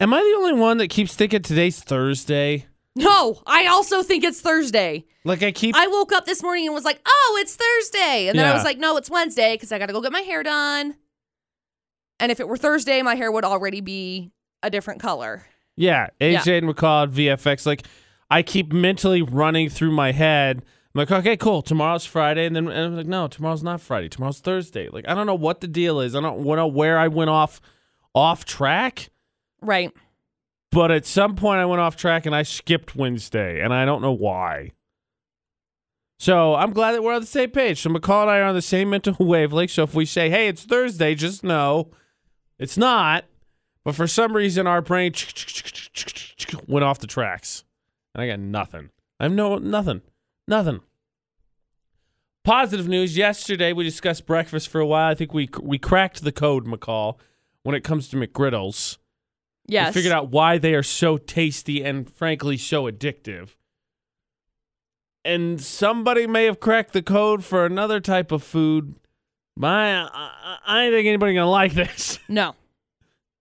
Am I the only one that keeps thinking today's Thursday? No, I also think it's Thursday. Like I keep I woke up this morning and was like, oh, it's Thursday. And then I Yeah. was like, no, it's Wednesday because I got to go get my hair done. And if it were Thursday, my hair would already be a different color. Yeah, AJ and McCall at VFX. Like, I keep mentally running through my head. I'm like, okay, cool. Tomorrow's Friday, and then and I'm like, no, tomorrow's not Friday. Tomorrow's Thursday. Like, I don't know what the deal is. I don't know where I went off off track. Right. But at some point, I went off track and I skipped Wednesday, and I don't know why. So I'm glad that we're on the same page. So McCall and I are on the same mental wavelength. So if we say, "Hey, it's Thursday," just know it's not. But for some reason, our brain went off the tracks, and I got nothing. I have no nothing, nothing. Positive news. Yesterday, we discussed breakfast for a while. I think we we cracked the code, McCall, when it comes to McGriddles. Yes. We figured out why they are so tasty and frankly so addictive. And somebody may have cracked the code for another type of food. My, I, I- I don't think anybody gonna like this. No.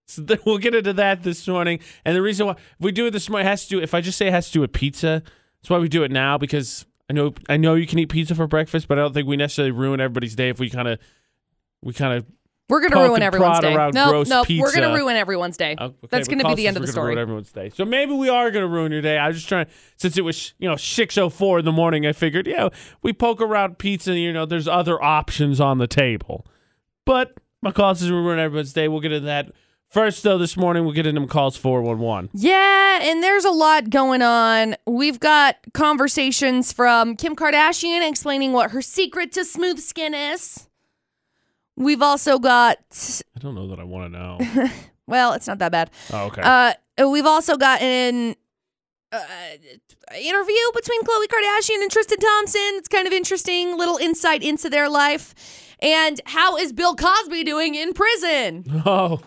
So th- we'll get into that this morning. And the reason why if we do it this morning it has to do. If I just say it has to do with pizza, that's why we do it now because I know I know you can eat pizza for breakfast, but I don't think we necessarily ruin everybody's day if we kind of we kind of We're going to Poke ruin and everyone's prod day. around No, gross no, we're going pizza. to ruin everyone's day. Oh, okay, That's but going to be Colin the says end of we're the gonna Ruin story. everyone's day. So maybe we are going to ruin your day. I was just trying since it was you know six oh four in the morning. I figured yeah we poke around pizza. You know there's other options on the table, but McCall says we ruin everyone's day. We'll get into that first though. This morning we'll get into McCall's four one one. Yeah, and there's a lot going on. We've got conversations from Kim Kardashian explaining what her secret to smooth skin is. We've also got, I don't know that I want to know. well, it's not that bad. Oh, okay. Uh, we've also got an uh, interview between Khloe Kardashian and Tristan Thompson. It's kind of interesting, little insight into their life. And how is Bill Cosby doing in prison? oh,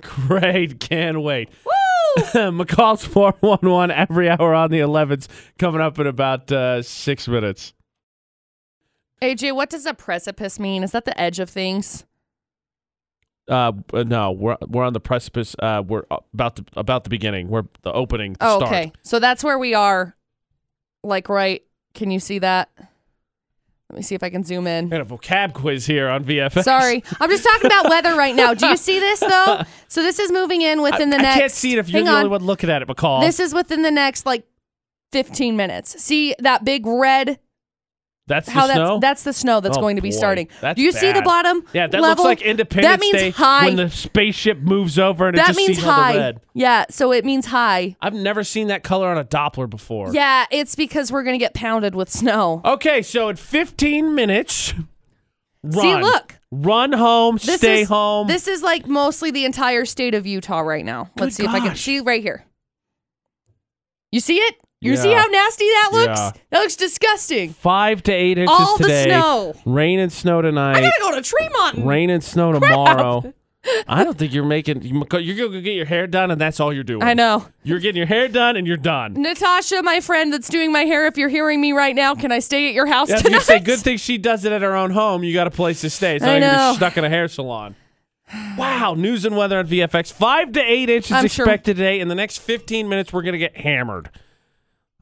great! Can't wait. Woo! McCall's four one one every hour on the 11th coming up in about uh, six minutes. AJ, what does a precipice mean? Is that the edge of things? Uh, uh, no, we're we're on the precipice. Uh, we're about the about the beginning. We're the opening. The Oh, start. okay. So that's where we are. Like, right? Can you see that? Let me see if I can zoom in. We had a vocab quiz here on VFX. Sorry. I'm just talking about weather right now. Do you see this, though? So this is moving in within the I next. can't see it if you're hang the only on. one looking at it, McCall. This is within the next, like, 15 minutes. See that big red? that's How the that's snow. that's the snow that's Oh, going to be boy. starting. That's Do you see the bad. bottom? yeah, that level? looks like Independence That means Day high. when the spaceship moves over and it that just means sees all the high. red. Yeah, so it means high. I've never seen that color on a Doppler before. Yeah, it's because we're gonna get pounded with snow. Okay, so in 15 minutes, run. look. Run home. stay is, home. This is like mostly the entire state of Utah right now. Let's Good see if I can gosh. see right here. You see it? You see Yeah. how nasty that looks? Yeah. That looks disgusting. Five to eight inches All the today. snow. Rain and snow tonight. I gotta go to Tremont. and- Rain and snow tomorrow. I don't think you're making. You're gonna go get your hair done, and that's all you're doing. I know. You're getting your hair done, and you're done. Natasha, my friend that's doing my hair, if you're hearing me right now, can I stay at your house That's tonight? you say. Good thing she does it at her own home. You got a place to stay. It's not I like you're gonna know. be stuck in a hair salon. Wow. News and weather on VFX. Five to eight inches I'm sure- expected today. In the next 15 minutes, we're gonna get hammered.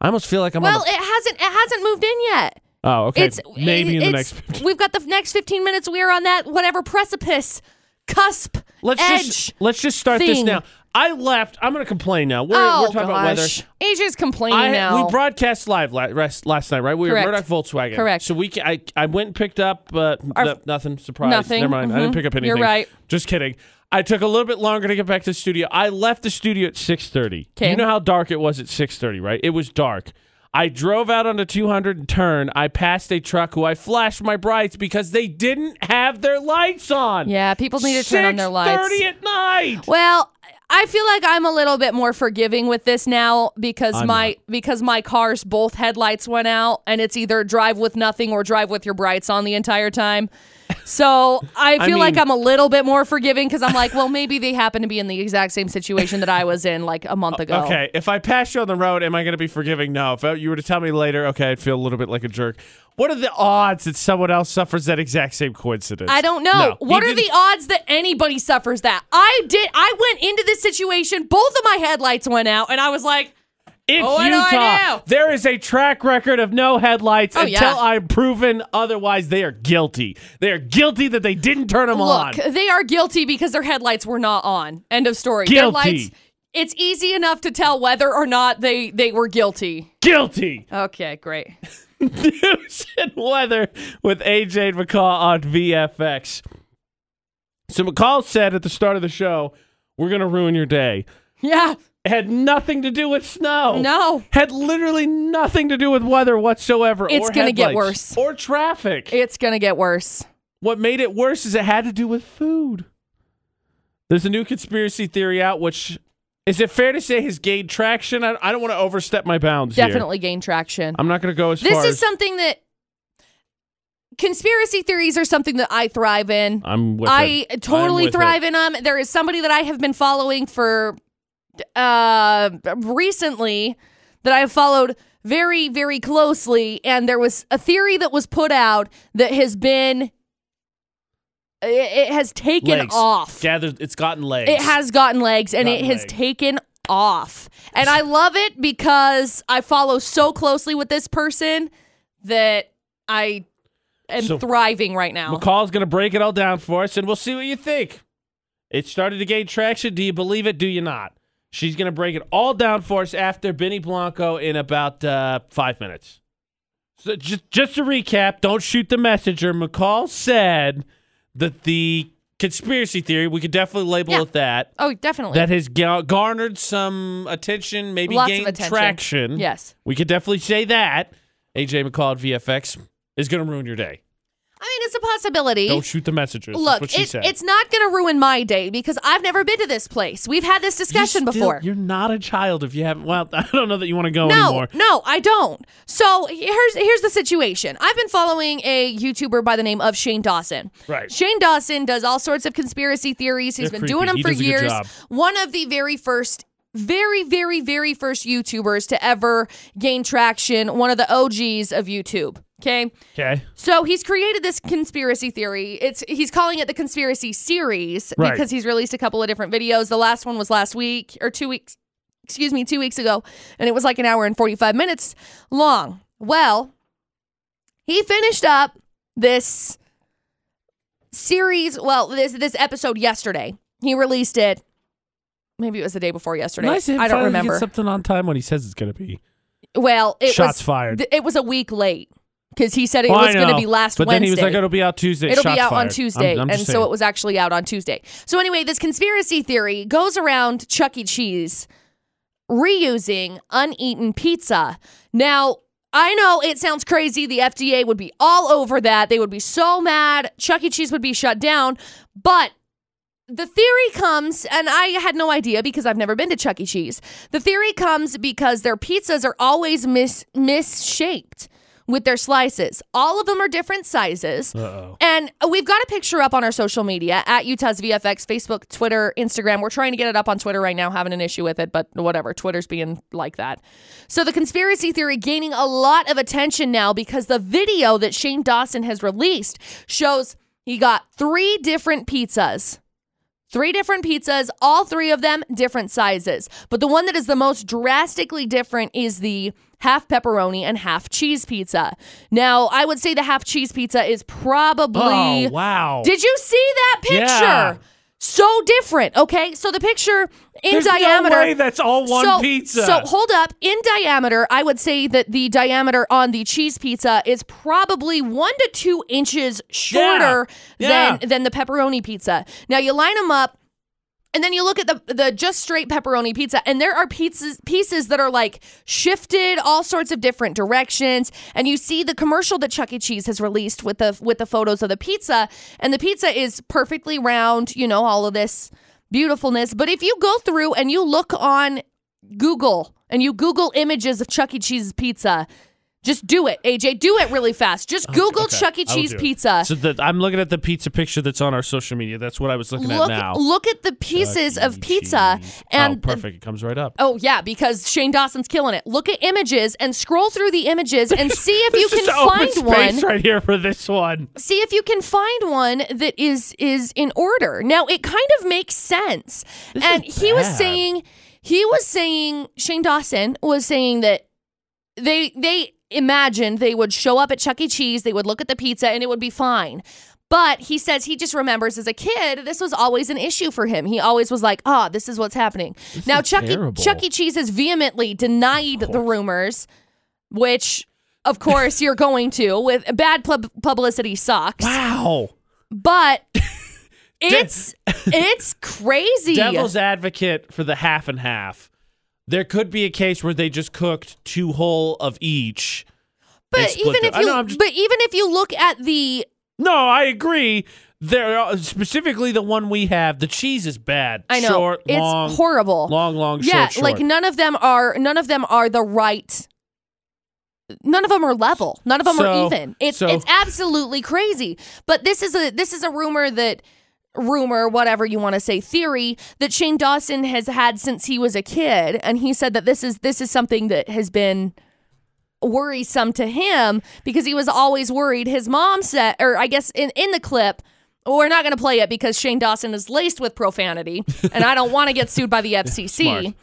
I almost feel like I'm Well, on. it hasn't it hasn't moved in yet. The, oh, okay. It's Maybe in the next. it's- 15. We've got the f- next 15 minutes. We're on that whatever precipice, cusp, Let's edge. just let's just start this thing. now. I left. I'm gonna complain now. We're, oh we're talking about weather. gosh, AJ's complaining I, now. We broadcast live la- rest, last night, right? We Correct. were at Murdoch Volkswagen. Correct. So we, ca- I, I went and picked up, uh, Our- no- nothing. Surprise. Nothing. Never mind. I didn't Mhm. pick up anything. You're right. Just kidding. I took a little bit longer to get back to the studio. I left the studio at 6:30. 'Kay. You know how dark it was at 6:30, right? It was dark. I drove out on the 200 and turn. I passed a truck who I flashed my brights because they didn't have their lights on. yeah, people need to turn on their lights. 6:30 at night. Well, I feel like I'm a little bit more forgiving with this now because I'm my because my car's both headlights went out and it's either drive with nothing or drive with your brights on the entire time. So I feel like mean- I'm a little bit more forgiving because I'm like, well, maybe they happen to be in the exact same situation that I was in like a month ago. Okay, if I pass you on the road, am I going to be forgiving? No. If you were to tell me later, okay, I'd feel a little bit like a jerk. What are the odds that someone else suffers that exact same coincidence? I don't know. No. What You are didn't- the odds that anybody suffers that? I did. I went into this situation. Both of my headlights went out, and I was like, It's Oh, I know, I Utah. know. There is a track record of no headlights Oh, until yeah. I'm proven otherwise. They are guilty. They are guilty that they didn't turn them on. "Look, they are guilty because their headlights were not on." End of story. Their Guilty. lights. It's easy enough to tell whether or not they they were guilty. Guilty. Okay, great. News and weather with AJ and McCall on VFX. So McCall said at the start of the show, "We're gonna ruin your day." Yeah. It had nothing to do with snow. No. Had literally nothing to do with weather whatsoever. It's or gonna get headlights, worse. Or traffic. It's gonna get worse. What made it worse is it had to do with food. There's a new conspiracy theory out, which is it fair to say has gained traction? I, I don't want to overstep my bounds. here. Definitely gain traction. I'm not going to go as This far. is as, something that conspiracy theories are something that I thrive in. I'm with I it. I'm totally with thrive It. in them. There is somebody that I have been following for uh recently that I have followed very very closely and there was a theory that was put out that has been it, it has taken Legs. off. Gathered. It's gotten legs. It has gotten legs and Gotten it has legs. taken off. And I love it because I follow so closely with this person that I am So- thriving right now. McCall's going to break it all down for us, and we'll see what you think. It started to gain traction. Do you believe it? Do you not? She's going to break it all down for us after Benny Blanco in about uh, five minutes. So just, just to recap, don't shoot the messenger. McCall said that the conspiracy theory, we could definitely label Yeah. it that, oh, definitely. that has ga- garnered some attention, maybe Lots of gained attention. traction. yes. We could definitely say that. AJ McCall at VFX is going to ruin your day. I mean, it's a possibility. Don't shoot the messengers. That's Look, what she it, said. it's not going to ruin my day because I've never been to this place. We've had this discussion You still- before. You're not a child if you haven't. Well, I don't know that you want to go no, anymore. no, I don't. So here's here's the situation. I've been following a YouTuber by the name of Shane Dawson. Right. Shane Dawson does all sorts of conspiracy theories. He's They're been creepy. doing them He for does a good years. job. One of the very first very very very first YouTubers to ever gain traction, one of the OGs of YouTube. Okay? Okay. So he's created this conspiracy theory. It's he's calling it the conspiracy series Right. because he's released a couple of different videos. The last one was last week or 2 weeks excuse me, 2 weeks ago and it was like an hour and 45 minutes long. Well, he finished up this series, well, this this episode yesterday. He released it maybe it was the day before yesterday. I don't remember. something on time when he says it's going to be. well, it Shots was fired. th- it was a week late cuz he said it Well, I was going to know, be last but Wednesday. then he was like, "It'll be out Tuesday." It'll Shots be out on fired. Tuesday. I'm, I'm and just so saying. it was actually out on Tuesday. So, anyway, this conspiracy theory goes around Chuck E. Cheese reusing uneaten pizza. Now, I know it sounds crazy. The FDA would be all over that. They would be so mad. Chuck E. Cheese would be shut down. But the theory comes, and I had no idea because I've never been to Chuck E. Cheese. The theory comes because their pizzas are always mis misshaped with their slices. All of them are different sizes. Uh-oh. And we've got a picture up on our social media at Utah's VFX, Facebook, Twitter, Instagram. We're trying to get it up on Twitter right now, having an issue with it, but whatever. Twitter's being like that. So the conspiracy theory gaining a lot of attention now because the video that Shane Dawson has released shows he got three different pizzas. Three different pizzas, all three of them different sizes. But the one that is the most drastically different is the half pepperoni and half cheese pizza. Now, I would say the half cheese pizza is probably. Oh wow! Did you see that picture? Yeah. So different. Okay. So the picture in There's diameter. No way that's all one so, pizza. So hold up. In diameter, I would say that the diameter on the cheese pizza is probably one to two inches shorter Yeah. Yeah. than than the pepperoni pizza. Now you line them up. And then you look at the the just straight pepperoni pizza, and there are pieces pieces that are like shifted all sorts of different directions. And you see the commercial that Chuck E. Cheese has released with the with the photos of the pizza, and the pizza is perfectly round. You know all of this beautifulness, but if you go through and you look on Google and you Google images of Chuck E. Cheese's pizza, Just do it, AJ. Do it really fast. Just Google okay. Chuck E. I will Cheese do it. pizza. So that I'm looking at the pizza picture that's on our social media. That's what I was looking Look, at now. look at the pieces Chuck of E. pizza Cheese. and oh, perfect. It comes right up. Oh yeah, because Shane Dawson's killing it. Look at images and scroll through the images and see if you There's can just open find one. space right here for this one. See if you can find one that is is in order. Now it kind of makes sense. This and is he was bad. saying he was saying Shane Dawson was saying that they they imagined they would show up at Chuck E. Cheese, they would look at the pizza, and it would be fine. But he says he just remembers as a kid, this was always an issue for him. He always was like, ah, this is what's happening. now, is Chuck e, terrible. Chuck E. Cheese has vehemently denied the rumors, which, of course, you're going to with bad pub- publicity sucks. Wow. But it's it's crazy. Devil's advocate for the half and half. There could be a case where they just cooked two whole of each. and but split even the- if I you know, I'm just- but even if you look at the No, I agree. There, are- specifically the one we have, the cheese is bad. I know Short, it's long, horrible. long, long, yeah, short, short. like none of them are none of them are the right. None of them are level. None of them So- are even. It's so- it's absolutely crazy. But this is a this is a rumor that rumor whatever you want to say theory that Shane Dawson has had since he was a kid and he said that this is this is something that has been worrisome to him because he was always worried his mom said or I guess in in the clip "Oh, we're not going to play it because Shane Dawson is laced with profanity and I don't want to get sued by the FCC Smart.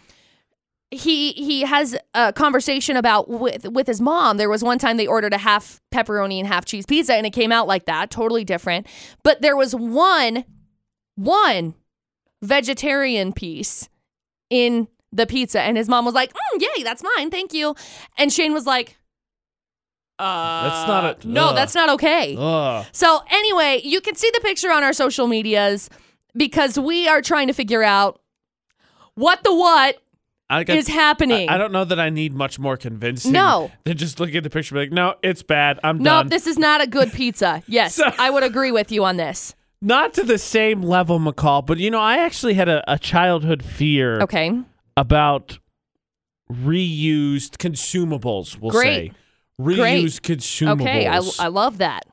he he has a conversation about with with his mom. There was one time they ordered a half pepperoni and half cheese pizza, and it came out like that, totally different. But there was one one vegetarian piece in the pizza, and his mom was like, mm, "Yay, that's mine, thank you." And Shane was like, "Uh, That's not a- no, ugh. that's not okay." Ugh. So anyway, you can see the picture on our social medias because we are trying to figure out what the what I got- is happening. I, I don't know that I need much more convincing. No. Than just looking at the picture, and be like, no, it's bad. I'm No, done. this is not a good pizza. Yes, So- I would agree with you on this. Not to the same level, McCall. But you know, I actually had a, a childhood fear. Okay. about reused consumables. We'll say Great. reused consumables. Okay. I, I love that.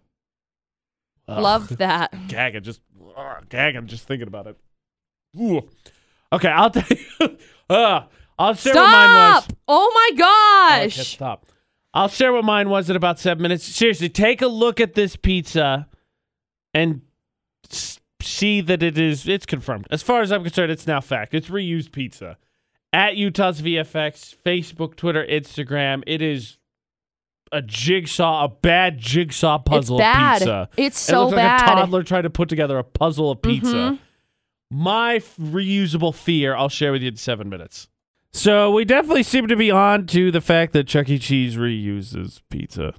Ugh, Love that. gagging just ugh, gagging just thinking about it. Ooh. Okay, I'll tell you. uh, I'll share what mine was. Stop. Oh my Oh, I can't gosh. stop. I'll share what mine was in about seven minutes. Seriously, take a look at this pizza and s- see that it is it's confirmed. As far as I'm concerned, it's now fact. It's reused pizza. At Utah's VFX, Facebook, Twitter, Instagram, it is a jigsaw, a bad jigsaw puzzle it's bad. pizza. It's it so looks bad. like a toddler trying to put together a puzzle of pizza. Mm-hmm. My f- reusable fear, I'll share with you in seven minutes. So we definitely seem to be on to the fact that Chuck E. Cheese reuses pizza.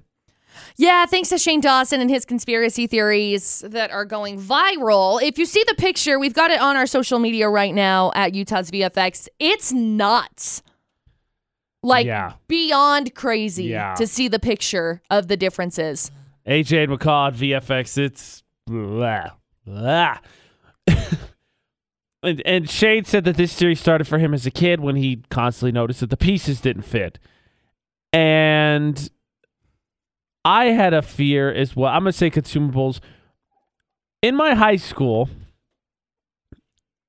Yeah, thanks to Shane Dawson and his conspiracy theories that are going viral. If you see the picture, we've got it on our social media right now at Utah's VFX. It's nuts. Like Yeah. beyond crazy Yeah. to see the picture of the differences. AJ and McCall at VFX. It's blah blah. and, and Shane said that this series started for him as a kid when he constantly noticed that the pieces didn't fit. And I had a fear as well. I'm gonna say consumables. In my high school,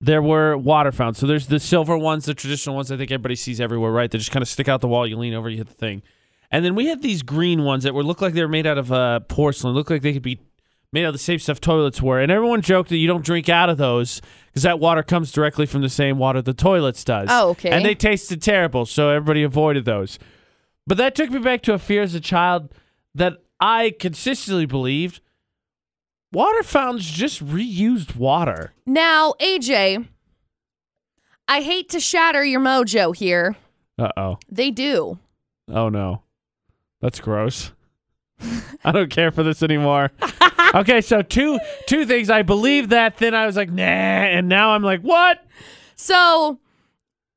there were water fountains. So there's the silver ones, the traditional ones I think everybody sees everywhere, right? They just kind of stick out the wall, you lean over, you hit the thing. And then we had these green ones that were looked like they were made out of uh, porcelain, looked like they could be made out of the same stuff toilets were. And everyone joked that you don't drink out of those because that water comes directly from the same water the toilets does. Oh, okay. And they tasted terrible, so everybody avoided those. But that took me back to a fear as a child that I consistently believed water fountains just reused water. Now, AJ, I hate to shatter your mojo here. Uh oh. They do. Oh no. That's gross. I don't care for this anymore. okay, so two two things. I believe that, then I was like, nah, and now I'm like, what? So,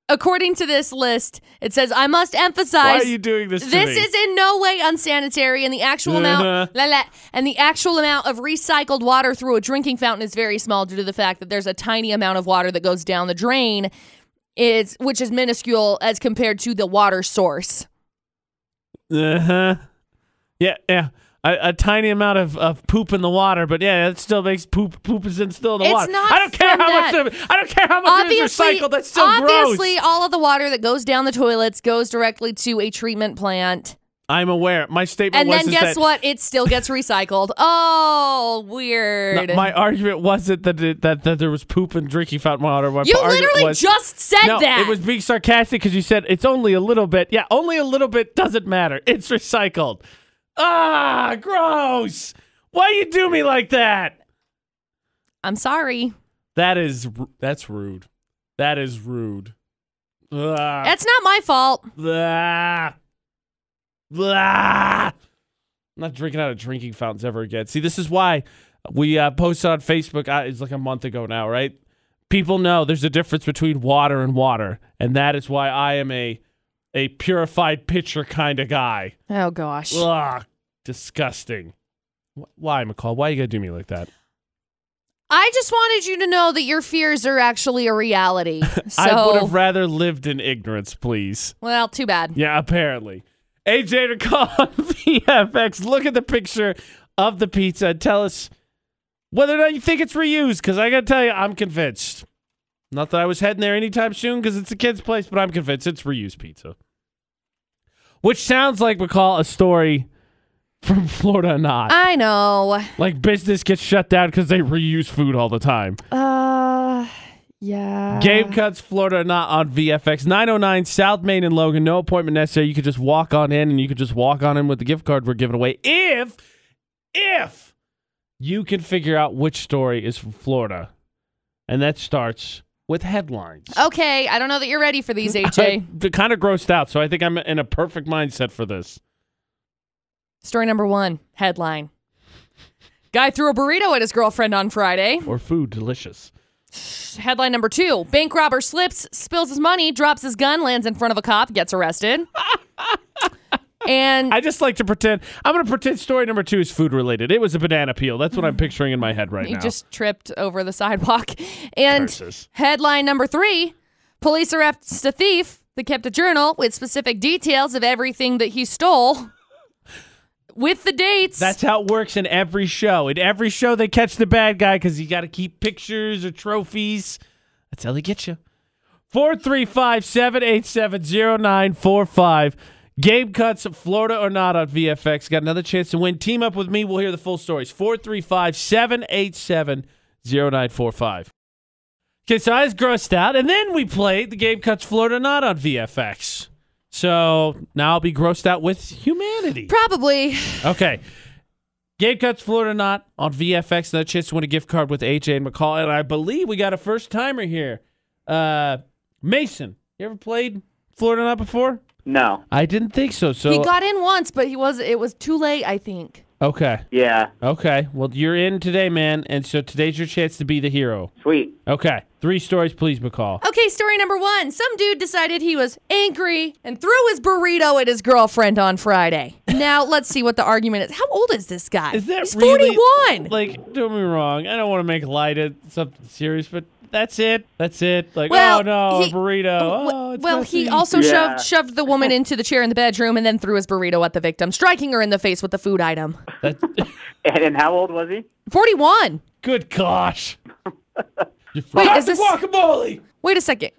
according to this list, it says I must Why emphasize are you doing this? to this me? Uh-huh. is in no way unsanitary, and the actual amount la, la, and the actual amount of recycled water through a drinking fountain is very small due to the fact that there's a tiny amount of water that goes down the drain, is which is minuscule as compared to the water source. uh-huh. Yeah, yeah. A, a tiny amount of, of poop in the water, but yeah, it still makes poop. Poop is in still in the It's water. not I don't care from how that. much. Of, it- I don't care how much of it is recycled. That's still obviously gross. all of the water that goes down the toilets goes directly to a treatment plant. I'm aware. My statement And was then is guess that what? It still gets recycled. Oh, No, weird. my argument wasn't that, it, that that there was poop in drinking fountain water. My you argument literally was, just said no, that. It was being sarcastic because you said it's only a little bit. Yeah, only a little bit doesn't matter. It's recycled. Ah, gross. Why you do me like that? I'm sorry. That is ru- that's rude. That is rude. Ah, That's not my fault. blah, blah. I'm not drinking out of drinking fountains ever again. See, this is why we uh, posted on Facebook. Uh, it's like a month ago now, right? People know there's a difference between water and water, and that is why I am a a purified pitcher kind of guy. Oh gosh. Ugh, disgusting. Wh- Why, McCall? Why you gotta do me like that? I just wanted you to know that your fears are actually a reality. So, I would have rather lived in ignorance, please. well, too bad. Yeah, apparently. AJ to call on VFX. Look at the picture of the pizza. and Tell us whether or not you think it's reused, because I got to tell you, I'm convinced. Not that I was heading there anytime soon because it's a kid's place, but I'm convinced it's reused pizza. Which sounds like, McCall, a story from Florida or not. I know. like business gets shut down because they reuse food all the time. Uh, yeah. Game cuts Florida or not on VFX 909 South Main and Logan. No appointment necessary. You could just walk on in, and you could just walk on in with the gift card we're giving away. If, if you can figure out which story is from Florida, and that starts with headlines. Okay, I don't know that you're ready for these, AJ. I'm kind of grossed out, so I think I'm in a perfect mindset for this. Story number one headline Guy threw a burrito at his girlfriend on Friday. Or food, delicious. Headline number two Bank robber slips, spills his money, drops his gun, lands in front of a cop, gets arrested. and I just like to pretend. I'm going to pretend story number two is food related. It was a banana peel. That's what I'm picturing in my head right he now. just tripped over the sidewalk. And Curses. headline number three Police arrest a thief that kept a journal with specific details of everything that he stole with the dates. That's how it works in every show. In every show, they catch the bad guy because you got to keep pictures or trophies. That's how they get you. 435 787 0945. Game cuts Florida or not on VFX. Got another chance to win. Team up with me. We'll hear the full stories. 435 787 0945. Okay, so I was grossed out, and then we played the game cuts Florida or not on VFX. So now I'll be grossed out with humanity. probably. Okay. Game cuts Florida not on VFX. Another chance to win a gift card with AJ and McCall. And I believe we got a first timer here. Uh, Mason, you ever played Florida not before? No. I didn't think so. So he got in once, but he was it was too late, I think. okay, Yeah. okay. Well, you're in today, man. And so today's your chance to be the hero. Sweet. Okay, three stories, please, McCall. Okay, story number one. Some dude decided he was angry and threw his burrito at his girlfriend on Friday. Now let's see what the argument is. How old is this guy? Is that He's really- 41. Like, don't get me wrong. I don't want to make light of something serious, but that's it. That's it. Like, oh Well, no, he- a burrito. W- Oh, it's well, he messy. also Yeah. shoved shoved the woman into the chair in the bedroom and then threw his burrito at the victim, striking her in the face with the food item. That- And, and how old was he? 41. Good gosh. Wait, is this- guacamole? Wait a second.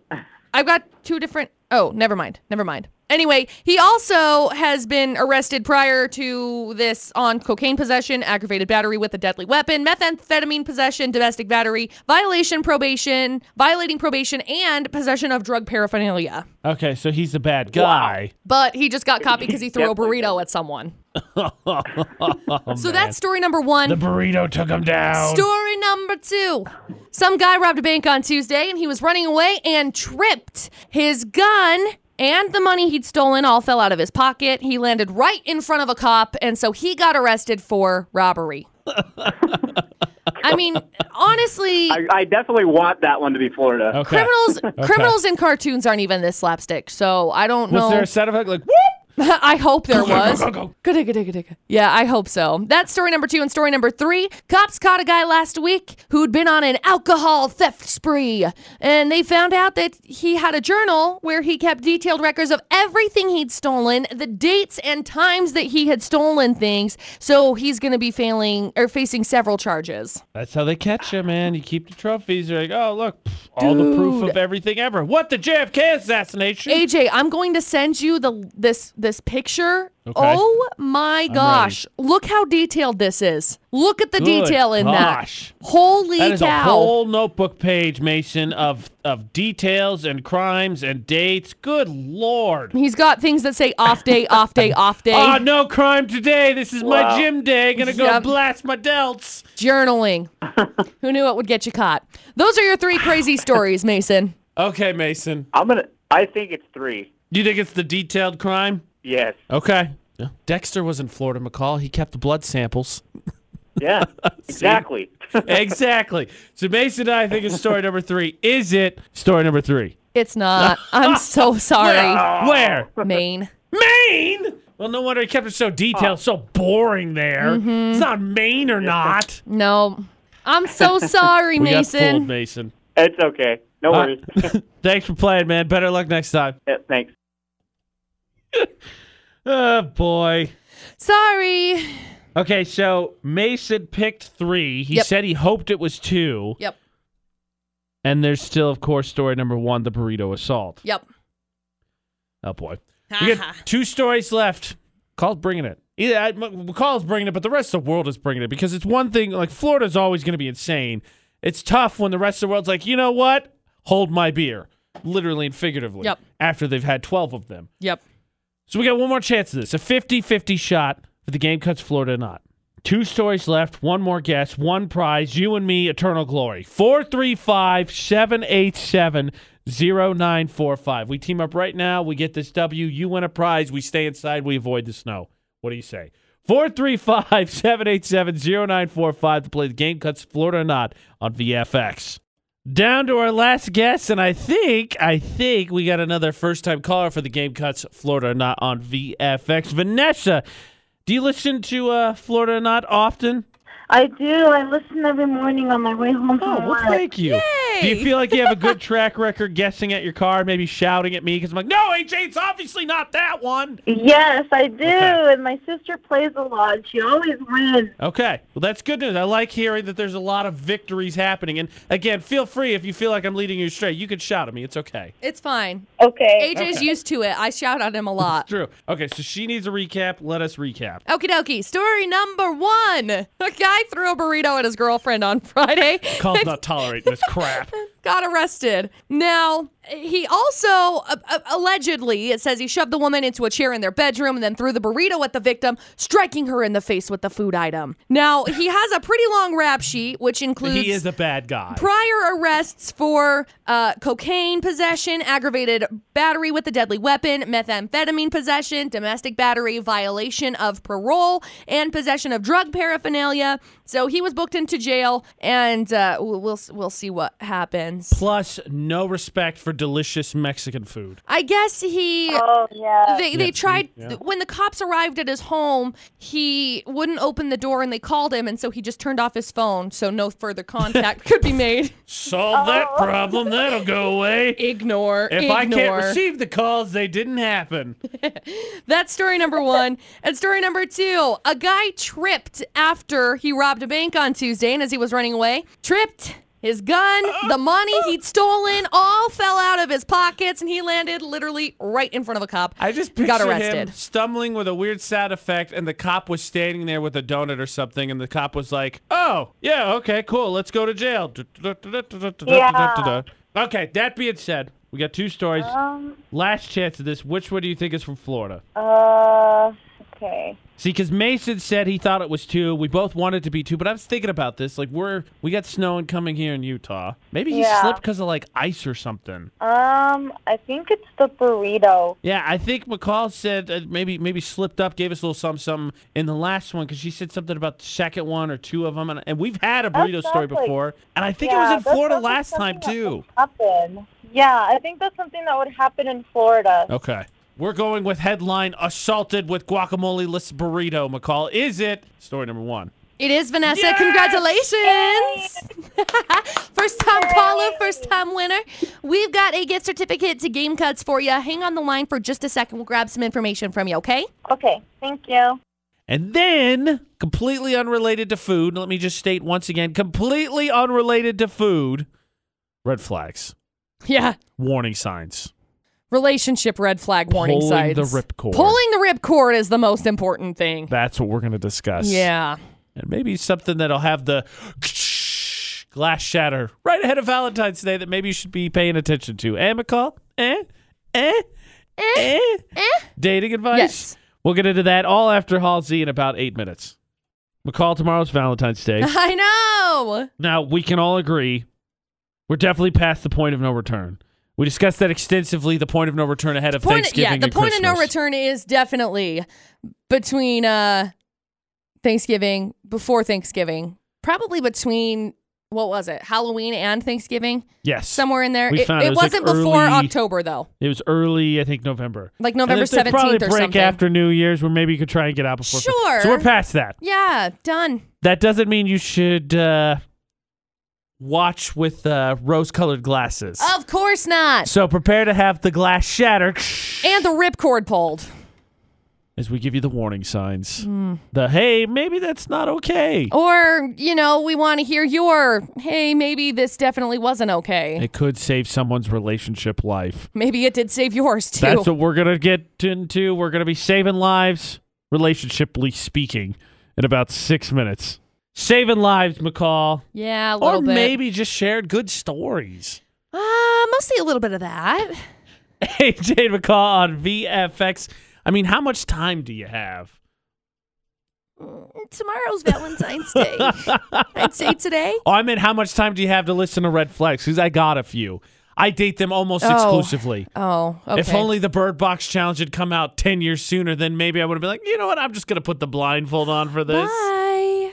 I've got two different. Oh, never mind. Never mind. Anyway, he also has been arrested prior to this on cocaine possession, aggravated battery with a deadly weapon, methamphetamine possession, domestic battery, violation probation, violating probation, and possession of drug paraphernalia. Okay, so he's a bad guy. But he just got caught because he threw a Definitely. burrito at someone. so that's story number Oh, The one. burrito took him down. Story number two. Some guy robbed a bank on Tuesday and he was running away and tripped. His gun and the money he'd stolen all fell out of his pocket. He landed right in front of a cop and so he got arrested for robbery. I mean, honestly, I, I definitely want that one to be Florida. okay. criminals criminals in cartoons aren't even this slapstick. So I don't Was know. there a sound effect like whoop? I hope there was. go, go. Good, good, good, good. Yeah, I hope so. That's story number two. And story number three cops caught a guy last week who'd been on an alcohol theft spree. And they found out that he had a journal where he kept detailed records of everything he'd stolen, the dates and times that he had stolen things. So he's going to be failing or facing several charges. That's how they catch you, man. You keep the trophies. You're like, oh, look, pff, all the proof of everything ever. What, the JFK assassination? AJ, I'm going to send you the this this picture. Okay. Oh my gosh. Look how detailed this is. Look at the Good detail in gosh. that. Holy That is cow. a whole notebook page, Mason, of of details and crimes and dates. Good lord. He's got things that say off day, off day, off day. Ah, no crime today. This is Wow. my gym day. Gonna go Yep. blast my delts. Journaling. Who knew it would get you caught? Those are your three crazy stories, Mason. Okay, Mason. I'm gonna. I think it's three. Do you think it's the detailed crime? Yes. Okay. Dexter was in Florida, McCall. He kept the blood samples. Yeah. exactly. exactly. So Mason and I think it's story number three. Is it story number three? It's not. I'm so sorry, Where? Maine. Maine? Well, no wonder he kept it so detailed, so boring there. It's not Maine or not. No. I'm so sorry, We got fooled, Mason. Mason. it's okay. No Uh, worries. Thanks for playing, man. Better luck next time. Yeah, thanks. Oh, boy. Sorry. Okay, so Mason picked three. He Yep. said he hoped it was two. Yep. And there's still, of course, story number one the burrito assault. Yep. Oh, boy. We got two stories left. McCall's bringing it. Either I, M- McCall's bringing it, but the rest of the world is bringing it because it's one thing. Like Florida's always going to be insane. It's tough when the rest of the world's like, you know what? Hold my beer, literally and figuratively. Yep. After they've had twelve of them, Yep. so we got one more chance of this. A 50-50 shot if the game cuts Florida or not. Two stories left. One more guess. One prize. You and me, eternal glory. 435-787-0945. We team up right now. We get this W. You win a prize. We stay inside. We avoid the snow. What do you say? 435-787-0945 to play the game cuts Florida or not on VFX. Down to our last guest, and I think I think we got another first time caller for the Game Cuts Florida or Not on VFX. Vanessa, do you listen to uh, Florida or Not often? I do. I listen every morning on my way home from Oh, well, work. thank you. Do you feel like you have a good track record guessing at your car, maybe shouting at me because I'm like, no, AJ, it's obviously not that one. Yes, I do. Okay. And my sister plays a lot. and She always wins. Okay, well that's good news. I like hearing that there's a lot of victories happening. And again, feel free if you feel like I'm leading you astray, you could shout at me. It's okay. It's fine. Okay. AJ's used to it. I shout at him a lot. True. Okay, so she needs a recap. Let us recap. Okie dokie. Story number one. A guy threw a burrito at his girlfriend on Friday. Call's not tolerating this crap. got arrested. Now, he also uh, uh, allegedly, it says he shoved the woman into a chair in their bedroom and then threw the burrito at the victim, striking her in the face with the food item. Now, he has a pretty long rap sheet, which includes He is a bad guy. prior arrests for uh, cocaine possession, aggravated battery with a deadly weapon, methamphetamine possession, domestic battery, violation of parole, and possession of drug paraphernalia. So he was booked into jail, and uh, we'll we'll- we'll see what happens. plus no respect for delicious Mexican food. I guess he. Oh, yeah. They, they tried when the cops arrived at his home he wouldn't open the door and they called him and so he just turned off his phone so no further contact could be made Solve that problem, that'll go away. ignore If ignore. I can't receive the calls, they didn't happen. That's story number one. and story number two a guy tripped after he robbed a bank on Tuesday, and as he was running away, tripped. His gun, the money he'd stolen, all fell out of his pockets, and he landed literally right in front of a cop. I just picture Got him arrested. stumbling with a weird sound effect, and the cop was standing there with a donut or something, and the cop was like, "Oh, yeah, okay, cool, let's go to jail." Yeah. Okay. That being said, we got two stories. Um, Last chance of this. Which one do you think is from Florida? uh, okay. See, because Mason said he thought it was two. We both wanted to be two, but I was thinking about this. Like, we're we got snow and coming here in Utah. Maybe he Yeah. slipped because of like ice or something. Um, I think it's the burrito. Yeah, I think McCall said uh, maybe maybe slipped up, gave us a little something, something in the last one because she said something about the second one or two of them, and, and we've had a burrito story sounds like- before, and I think Yeah, it was in that Florida sounds like last time something that too. Oh. would Happen. Yeah, I think that's something that would happen in Florida. Okay. We're going with headline assaulted with guacamole list burrito, McCall. Is it story number one? It is Vanessa. Congratulations. first time caller, first time winner. We've got a gift certificate to Game Cuts for you. Hang on the line for just a second. We'll grab some information from you, okay? Okay, thank you. And then, completely unrelated to food, let me just state once again completely unrelated to food, red flags, Yeah. warning signs. Relationship red flag warning Pulling signs. the ripcord. Pulling the ripcord is the most important thing. That's what we're going to discuss. yeah. And maybe something that'll have the glass shatter right ahead of Valentine's Day that maybe you should be paying attention to. Eh, McCall? Eh? Eh? Eh? eh? Dating advice? Yes. We'll get into that all after Hall Z in about eight minutes. McCall, tomorrow's Valentine's Day. I know. Now, we can all agree we're definitely past the point of no return. We discussed that extensively, the point of no return ahead of Point, Thanksgiving yeah, the and point of no Christmas. return is definitely between uh Thanksgiving, before Thanksgiving, probably between what was it, Halloween and Thanksgiving, Yes. somewhere in there. We it, found it was, like, wasn't before early- October though, it was early, I think, November. like November and then probably seventeenth or break something. after New Year's, where maybe you could try and get out before. Sure. So we're past that. yeah, done. That doesn't mean you should uh, watch with uh, rose-colored glasses. Of course not. So prepare to have the glass shatter And the ripcord pulled. as we give you the warning signs. Hmm. The hey, maybe that's not okay. Or, you know, we want to hear your, hey, maybe this definitely wasn't okay. It could save someone's relationship life. Maybe it did save yours too. That's what we're gonna get into. We're gonna be saving lives, relationshiply speaking, in about six minutes. Saving lives, McCall, yeah, a little or bit. maybe just shared good stories. Uh, mostly a little bit of that. AJ McCall on VFX. I mean, how much time do you have? Tomorrow's Valentine's Day. I'd say today. Oh, I meant how much time do you have to listen to Red Flags? Because I got a few. I date them almost Oh, exclusively. Oh, okay. If only the Bird Box Challenge had come out 10 years sooner, then maybe I would have been like, you know what? I'm just going to put the blindfold on for this. Bye.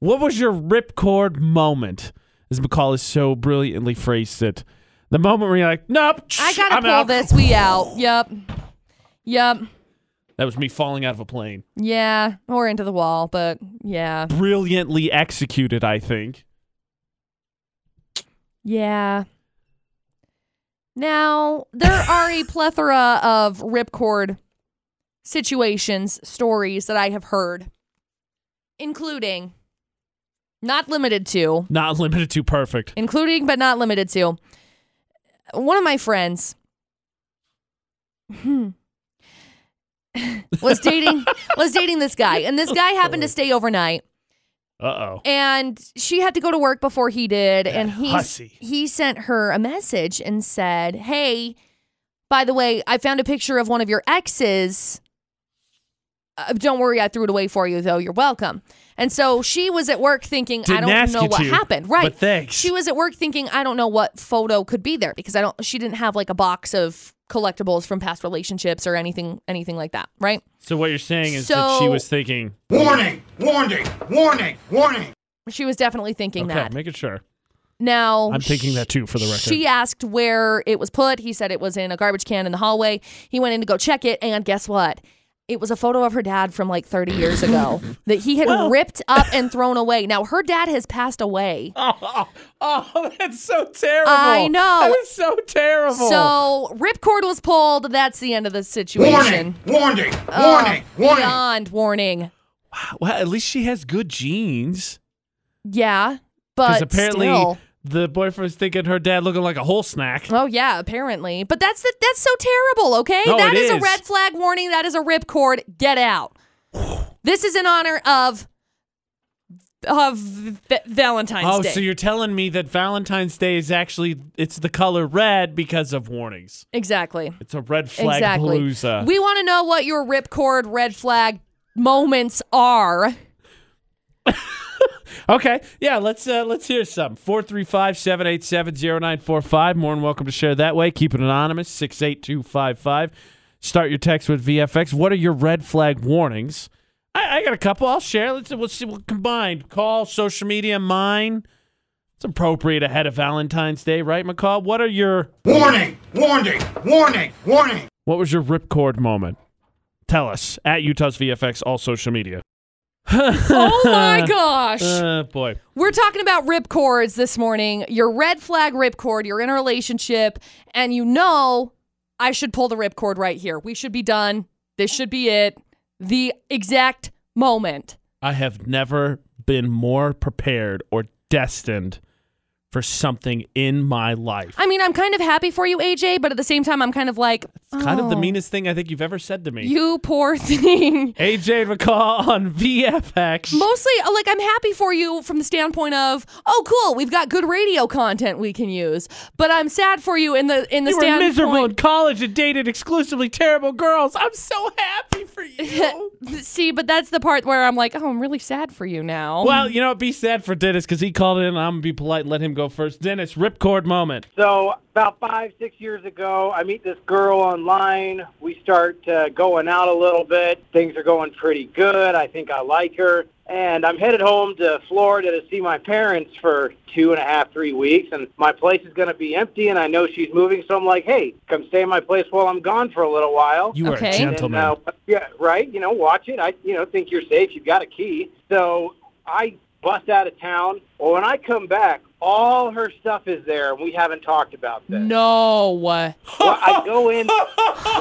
What was your ripcord moment? As McCall has so brilliantly phrased it. The moment where you're like, nope, I gotta I'm pull out. this. We out. Yep. Yep. That was me falling out of a plane. Yeah. Or into the wall, but yeah. Brilliantly executed, I think. Yeah. Now, there are a plethora of ripcord situations, stories that I have heard, including, not limited to, Not limited to perfect. including but not limited to one of my friends hmm, was dating was dating this guy and this guy happened to stay overnight Uh oh. and she had to go to work before he did and That he hussy. he sent her a message and said hey by the way i found a picture of one of your exes uh, don't worry i threw it away for you though you're welcome and so she was at work thinking i Didn't don't ask know you what to, happened right But thanks. she was at work thinking I don't know what photo could be there because I don't she didn't have like a box of collectibles from past relationships or anything anything like that, right? so what you're saying is that she So- was thinking. Warning! Warning! Warning! Warning! She was definitely thinking Okay, that. making sure. Now I'm thinking that too, for the record. Oh, She asked where it was put. He said it was in a garbage can in the hallway. He went in to go check it and guess what? It was a photo of her dad from like 30 years ago that he had ripped up and thrown away. Now her dad has passed away. oh, oh, oh, that's so terrible. I know. That is so terrible. Oh. So ripcord was pulled. That's the end of the situation. Warning! Warning! Oh, Warning! Warning! Beyond warning. well, at least she has good genes. Yeah, but Because apparently still. the boyfriend's thinking her dad looking like a whole snack. Oh yeah, apparently. But that's the, that's so terrible. Okay, No, that it is a is. red flag warning. That is a ripcord. Get out. this is in honor of of v- Valentine's Oh, Day. so you're telling me that Valentine's Day is actually it's the color red because of warnings. exactly. It's a red flag exactly. palooza. We want to know what your ripcord red flag moments are. Okay. Yeah, let's uh let's hear some. 435-787-0945. More than welcome to share that way. Keep it anonymous. 68255. Start your text with VFX. What are your red flag warnings? I, I got a couple. I'll share. Let's we'll see we'll combine. Call, social media, mine. It's appropriate ahead of Valentine's Day, right, McCall? What are your Warning! Warning! Warning! Warning! what was your ripcord moment? Tell us at Utah's VFX, all social media. Oh my gosh. Uh, boy. We're talking about rip cords this morning. Your red flag rip cord, you're in a relationship, and you know I should pull the rip cord right here. We should be done. This should be it. The exact moment. I have never been more prepared or destined for something in my life. I mean, I'm kind of happy for you, AJ, but at the same time, I'm kind of like, It's kind of the "Oh, meanest thing I think you've ever said to me. You poor thing. AJ McCall on VFX. Mostly, uh, like, I'm happy for you from the standpoint of, oh, cool, we've got good radio content we can use. But I'm sad for you in the in the you were standpoint. miserable in college and dated exclusively terrible girls. I'm so happy for you. See, but that's the part where I'm like, oh, I'm really sad for you now. well, you know, it'd be sad for Dennis because he called in. and I'm gonna be polite and let him go first. Dennis, ripcord moment. So about five, six years ago, I meet this girl online. We start uh, going out a little bit. Things are going pretty good. I think I like her. And I'm headed home to Florida to see my parents for two and a half, three weeks. And my place is going to be empty. And I know she's moving. So I'm like, hey, come stay in my place while I'm gone for a little while. You are a Okay. gentleman. And, uh, yeah, right. You know, watch it. I, you know, think you're safe. You've got a key. So I bust out of town. Well, when I come back, all her stuff is there, and we haven't talked about this. No. Well, I go in.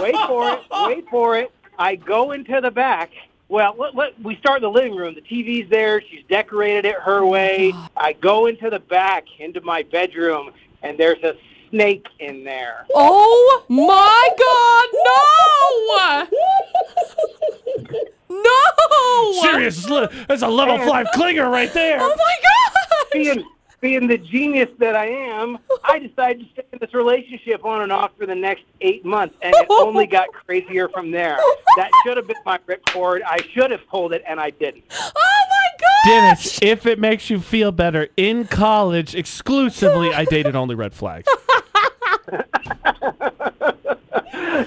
wait for it. Wait for it. I go into the back. Well, let, let, we start in the living room. The TV's there. She's decorated it her way. I go into the back, into my bedroom, and there's a snake in there. Oh my God, no! no! Serious, it's li- that's a level five clinger right there. Oh my God! being being the genius that I am, I decided to stay in this relationship on and off for the next eight months, and it only got crazier from there. That should have been my ripcord. I should have pulled it, and I didn't. Oh my God! Dennis, if it makes you feel better, in college exclusively, I dated only red flags.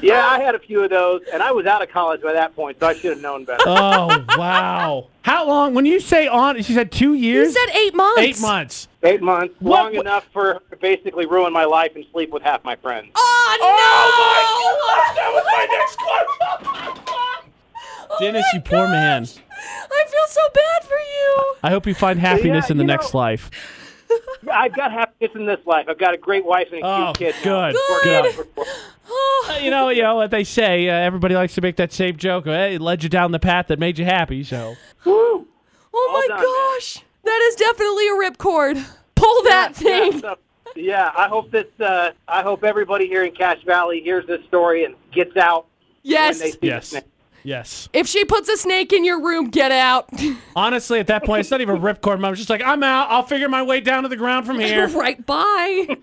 Yeah, I had a few of those, and I was out of college by that point, so I should have known better. Oh wow! How long? When you say on, she said two You years. said eight months. eight months. Eight months, What- long enough for her to basically ruin my life and sleep with half my friends. Oh, no! That was Oh my next question. Dennis, you poor man. Oh I feel so bad for you. I hope you find happiness Yeah, in the you next know- life. I've got happiness in this life. I've got a great wife and a Oh, cute kid. now. good, It's good. working out. Oh. Uh, You know, you know what they say. Uh, everybody likes to make that same joke. Hey, it led you down the path that made you happy. So Woo! Oh Well my done, man. gosh. That is definitely a rip cord. Pull that thing. Yeah, so- yeah, I hope this. Uh, I hope everybody here in Cache Valley hears this story and gets out yes. when they see yes, this. thing. yes. If she puts a snake in your room, get out. Honestly, at that point, it's not even ripcord. I'm just like, I'm out. I'll figure my way down to the ground from here. right bye.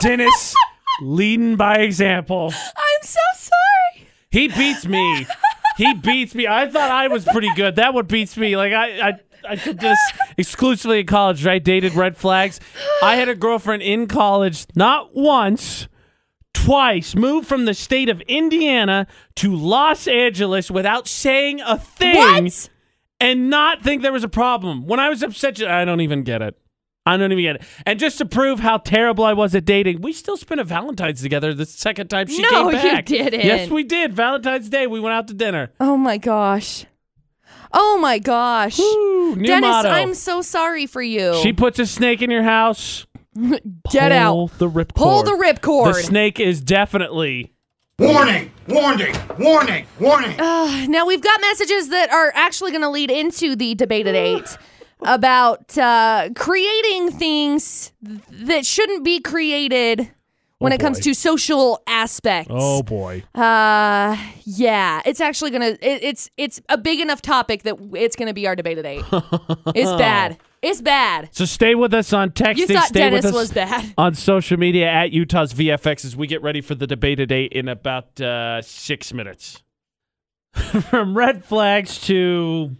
Dennis, leading by example. I'm so sorry. He beats me. He beats me. I thought I was pretty good. That one beats me. Like I, I, I did this exclusively in college. Right, dated red flags. I had a girlfriend in college, not once, twice. Moved from the state of Indiana to Los Angeles without saying a thing What? and not think there was a problem. When I was upset, she- I don't even get it. I don't even get it. And just to prove how terrible I was at dating, we still spent a Valentine's together the second time she No, came you back. didn't. Yes, we did. Valentine's Day, we went out to dinner. Oh my gosh. Oh my gosh. Ooh, new Dennis, motto. I'm so sorry for you. she puts a snake in your house. get pull out. the ripcord. Pull the rip The cord. snake is definitely. Warning! Warning! Warning! Warning! Uh, now we've got messages that are actually going to lead into the debate at eight about uh, creating things th- that shouldn't be created when Oh, it comes boy. Oh, to social aspects. boy. Uh, yeah, it's actually gonna it, it's it's a big enough topic that it's gonna be our debate at eight. it's bad. It's bad. So stay with us on texting. You thought stay Dennis with us was bad. on social media at Utah's VFX as we get ready for the debate today in about uh, six minutes. From red flags to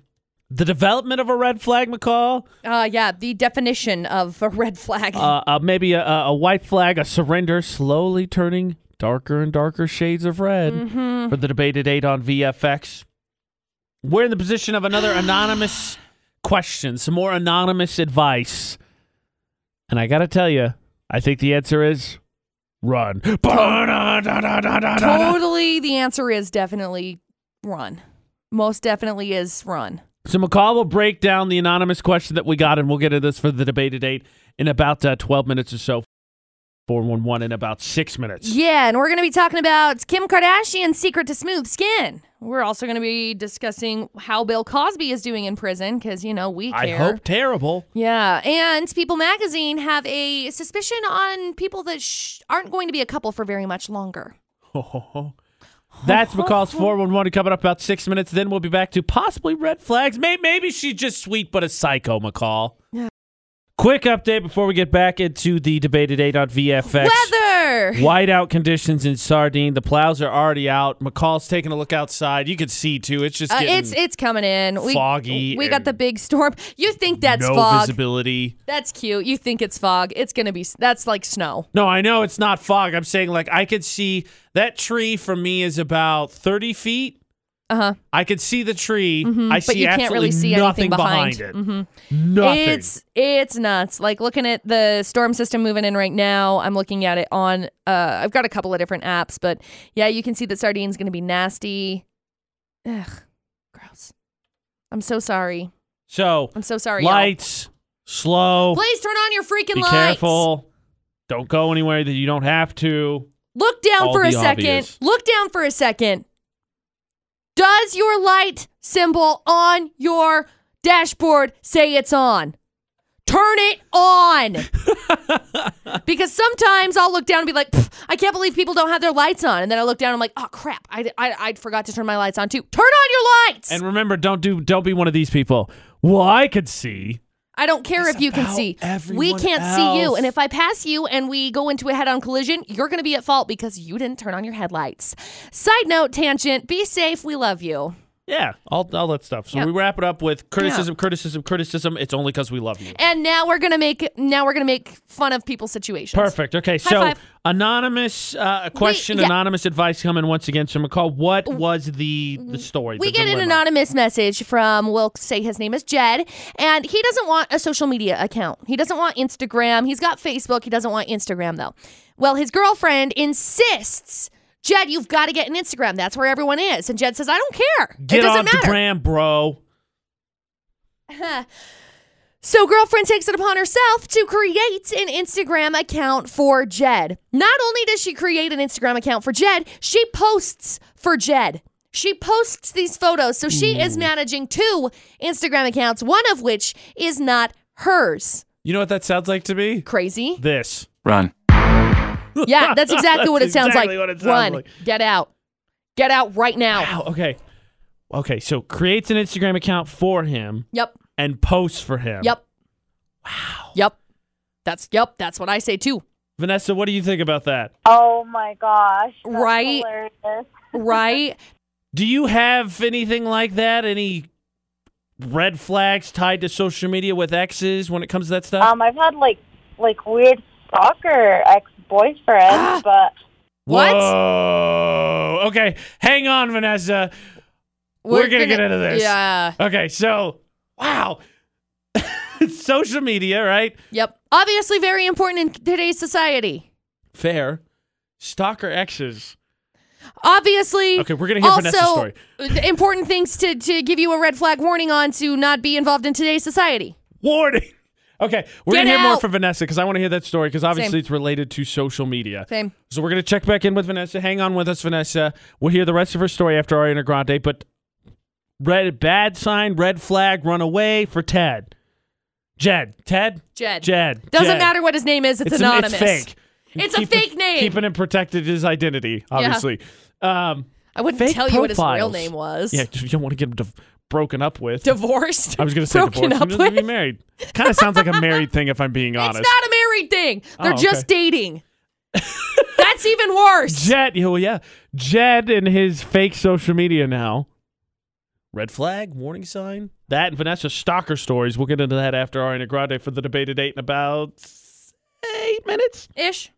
the development of a red flag, McCall, Uh, yeah, the definition of a red flag. uh, uh, maybe a, a a white flag, a surrender, slowly turning darker and darker shades of red for the debate at 8 on VFX. We're in the position of another anonymous questions, some more anonymous advice. And I got to tell you, I think the answer is run. Totally, the answer is definitely run. Most definitely is run. So McCall will break down the anonymous question that we got, and we'll get to this for the debate at eight in about uh, 12 minutes or so. 411 in about six minutes. Yeah, and we're going to be talking about Kim Kardashian's secret to smooth skin. We're also going to be discussing how Bill Cosby is doing in prison because, you know, we I care. hope terrible. Yeah, and People Magazine have a suspicion on people that sh- aren't going to be a couple for very much longer. That's McCall's 411 coming up about six minutes. Then we'll be back to possibly red flags. May- Maybe she's just sweet, but a psycho, McCall. Yeah. Quick update before we get back into the debate at 8 on VFX. Weather! Whiteout conditions in Sardine. The plows are already out. McCall's taking a look outside. You can see too. It's just Uh, getting it's it's coming in. We, foggy We got and the big storm. You think that's no fog? visibility. That's cute. You think it's fog? It's gonna be. s- That's like snow. No, I know it's not fog. I'm saying like I could see that tree from me is about 30 feet. Uh huh. I could see the tree. I see Mm-hmm, But you can't really absolutely see nothing anything behind. Mm-hmm. it. Nothing. It's it's nuts. Like looking at the storm system moving in right now. I'm looking at it on. Uh, I've got a couple of different apps, but yeah, you can see that sardine's gonna be nasty. Ugh, gross. I'm so sorry. so I'm so sorry. y'all. lights slow. Please turn on your freaking Be lights. careful. Don't go anywhere that you don't have to. Look down All for a the second. obvious. Look down for a second. Does your light symbol on your dashboard say it's on? Turn it on. because sometimes I'll look down and be like, "Pff, I can't believe people don't have their lights on. And then I look down and I'm like, oh crap, I, I, I forgot to turn my lights on too. Turn on your lights. And remember, don't do don't be one of these people. Well, I could see. I don't care if you can about see. We everyone can't see you. else. And if I pass you and we go into a head on collision, you're going to be at fault because you didn't turn on your headlights. Side note, tangent, be safe. We love you. Yeah, all, all that stuff. So Yeah. we wrap it up with criticism, criticism, criticism. It's only because we love you. And now we're going to make now we're going to make fun of people's situations. Perfect. Okay, so five. anonymous uh, question, yeah. anonymous advice coming once again. So McCall, what was the the story? We the get an dilemma? anonymous message from, we'll say his name is Jed, and he doesn't want a social media account. He doesn't want Instagram. He's got Facebook. He doesn't want Instagram, though. Well, his girlfriend insists, Jed, you've got to get an Instagram. That's where everyone is. And Jed says, I don't care. Get it off doesn't the matter. gram, bro. So, girlfriend takes it upon herself to create an Instagram account for Jed. Not only does she create an Instagram account for Jed, she posts for Jed. She posts these photos. So, she is managing two Instagram accounts, one of which is not hers. You know what that sounds like to me? Crazy. This. Run. Yeah, that's exactly what That's it sounds exactly like. what it sounds Run. like. Get out. Get out right now. Wow. Okay. Okay. So creates an Instagram account for him Yep. and posts for him. Yep. Wow. Yep. That's yep, that's what I say too. Vanessa, what do you think about that? Oh my gosh. that's Right? hilarious. Right? Do you have anything like that? Any red flags tied to social media with exes when it comes to that stuff? Um, I've had like like weird soccer ex boyfriends, but what? Whoa. Okay. Hang on, Vanessa. We're gonna get into this. Yeah. Okay. So, wow. social media, right? Yep. Obviously, very important in today's society. Fair. Stalker exes. Obviously. Okay, we're gonna hear also, uh, Vanessa's story. Important things to, to give you a red flag warning on to not be involved in today's society. Warning. Okay, we're Get gonna hear more out. from Vanessa because I want to hear that story because obviously Same. it's related to social media. Same. So we're gonna check back in with Vanessa. Hang on with us, Vanessa. We'll hear the rest of her story after Ariana Grande. But red bad sign, red flag, run away for Ted. Jed, Ted, Jed. Jed. Doesn't Jed. matter what his name is. It's, It's, an- anonymous. it's fake. It's a Keeping- fake name. Keeping it protected his identity, obviously. Um, I wouldn't fake tell you what his real profiles. name was. yeah, you don't want to get him div- broken up with. Divorced. I was going to say Broken divorced. up He doesn't with. be married. Kind of sounds like a married thing, if I'm being honest. It's not a married thing. They're Oh, just dating. That's even worse. Jed, yeah, well, yeah, Jed and his fake social media now. Red flag, warning sign. That and Vanessa stalker stories. We'll get into that after Ariana Grande for the debate at eight in about eight minutes. Ish.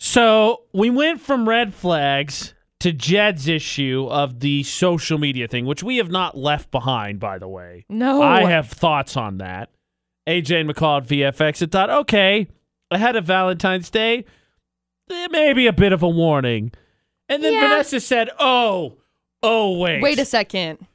So we went from red flags to Jed's issue of the social media thing, which we have not left behind, by the way. No. I have thoughts on that. AJ and McCall at VFX had thought, okay, ahead of Valentine's Day, eh, maybe a bit of a warning. And then Yeah. Vanessa said, oh, oh, wait. Wait a second.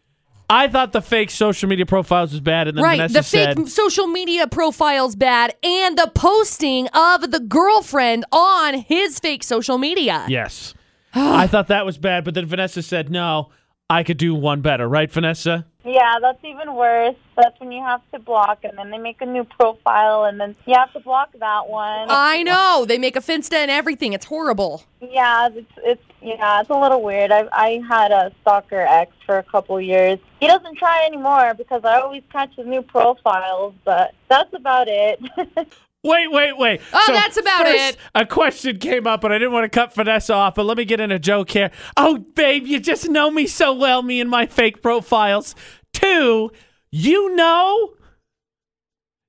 I thought the fake social media profiles was bad, and then right. Vanessa the said, fake social media profile's bad and the posting of the girlfriend on his fake social media. yes. I thought that was bad, but then Vanessa said, no, I could do one better. Right, Vanessa? Yeah, that's even worse. That's when you have to block, and then they make a new profile, and then you have to block that one. I know. They make a finsta and everything. It's horrible. Yeah, it's it's yeah, it's a little weird. I I had a stalker ex for a couple years. He doesn't try anymore because I always catch his new profiles, but that's about it. Wait, wait, wait. Oh, that's about first, it. A question came up, and I didn't want to cut Vanessa off, but let me get in a joke here. Oh, babe, you just know me so well, me and my fake profiles. Two, you know,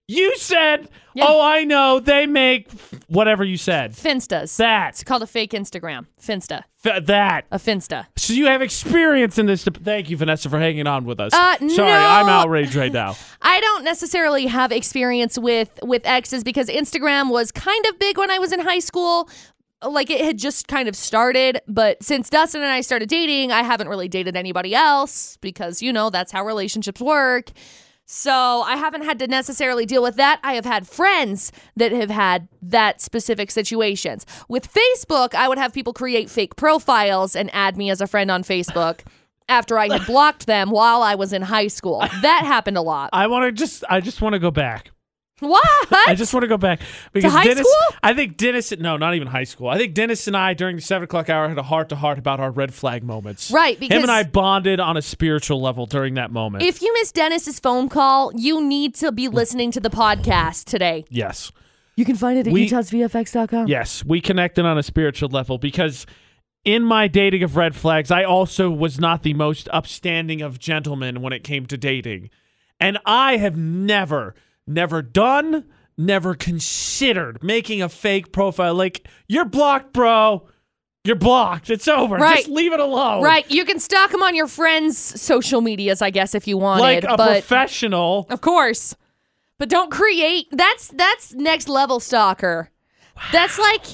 you said, Yeah. oh, I know, they make whatever you said. Finstas. That, It's called a fake Instagram. Finsta. th- that. A Finsta. So you have experience in this. Thank you, Vanessa, for hanging on with us. Uh, Sorry, no. I'm outraged right now. I don't necessarily have experience with with exes because Instagram was kind of big when I was in high school. Like it had just kind of started, but since Dustin and I started dating, I haven't really dated anybody else because you know that's how relationships work. So I haven't had to necessarily deal with that. I have had friends that have had that specific situations. With Facebook, I would have people create fake profiles and add me as a friend on Facebook after I had blocked them while I was in high school. That happened a lot. I want to just, I just want to go back. What? I just want to go back because high Dennis. school? I think Dennis. No, not even high school. I think Dennis and I during the seven o'clock hour had a heart to heart about our red flag moments. Right, because- him and I bonded on a spiritual level during that moment. if you miss Dennis's phone call, you need to be listening to the podcast today. yes, You can find it at We- utahsvfx.com. yes, we connected on a spiritual level because in my dating of red flags, I also was not the most upstanding of gentlemen when it came to dating, and I have never, never done. Never considered making a fake profile. Like, you're blocked, bro. You're blocked. It's over. Right. Just leave it alone. Right, you can stalk him on your friends' social medias, I guess, if you like wanted. a but professional. of course, but don't create. That's that's next level stalker. That's like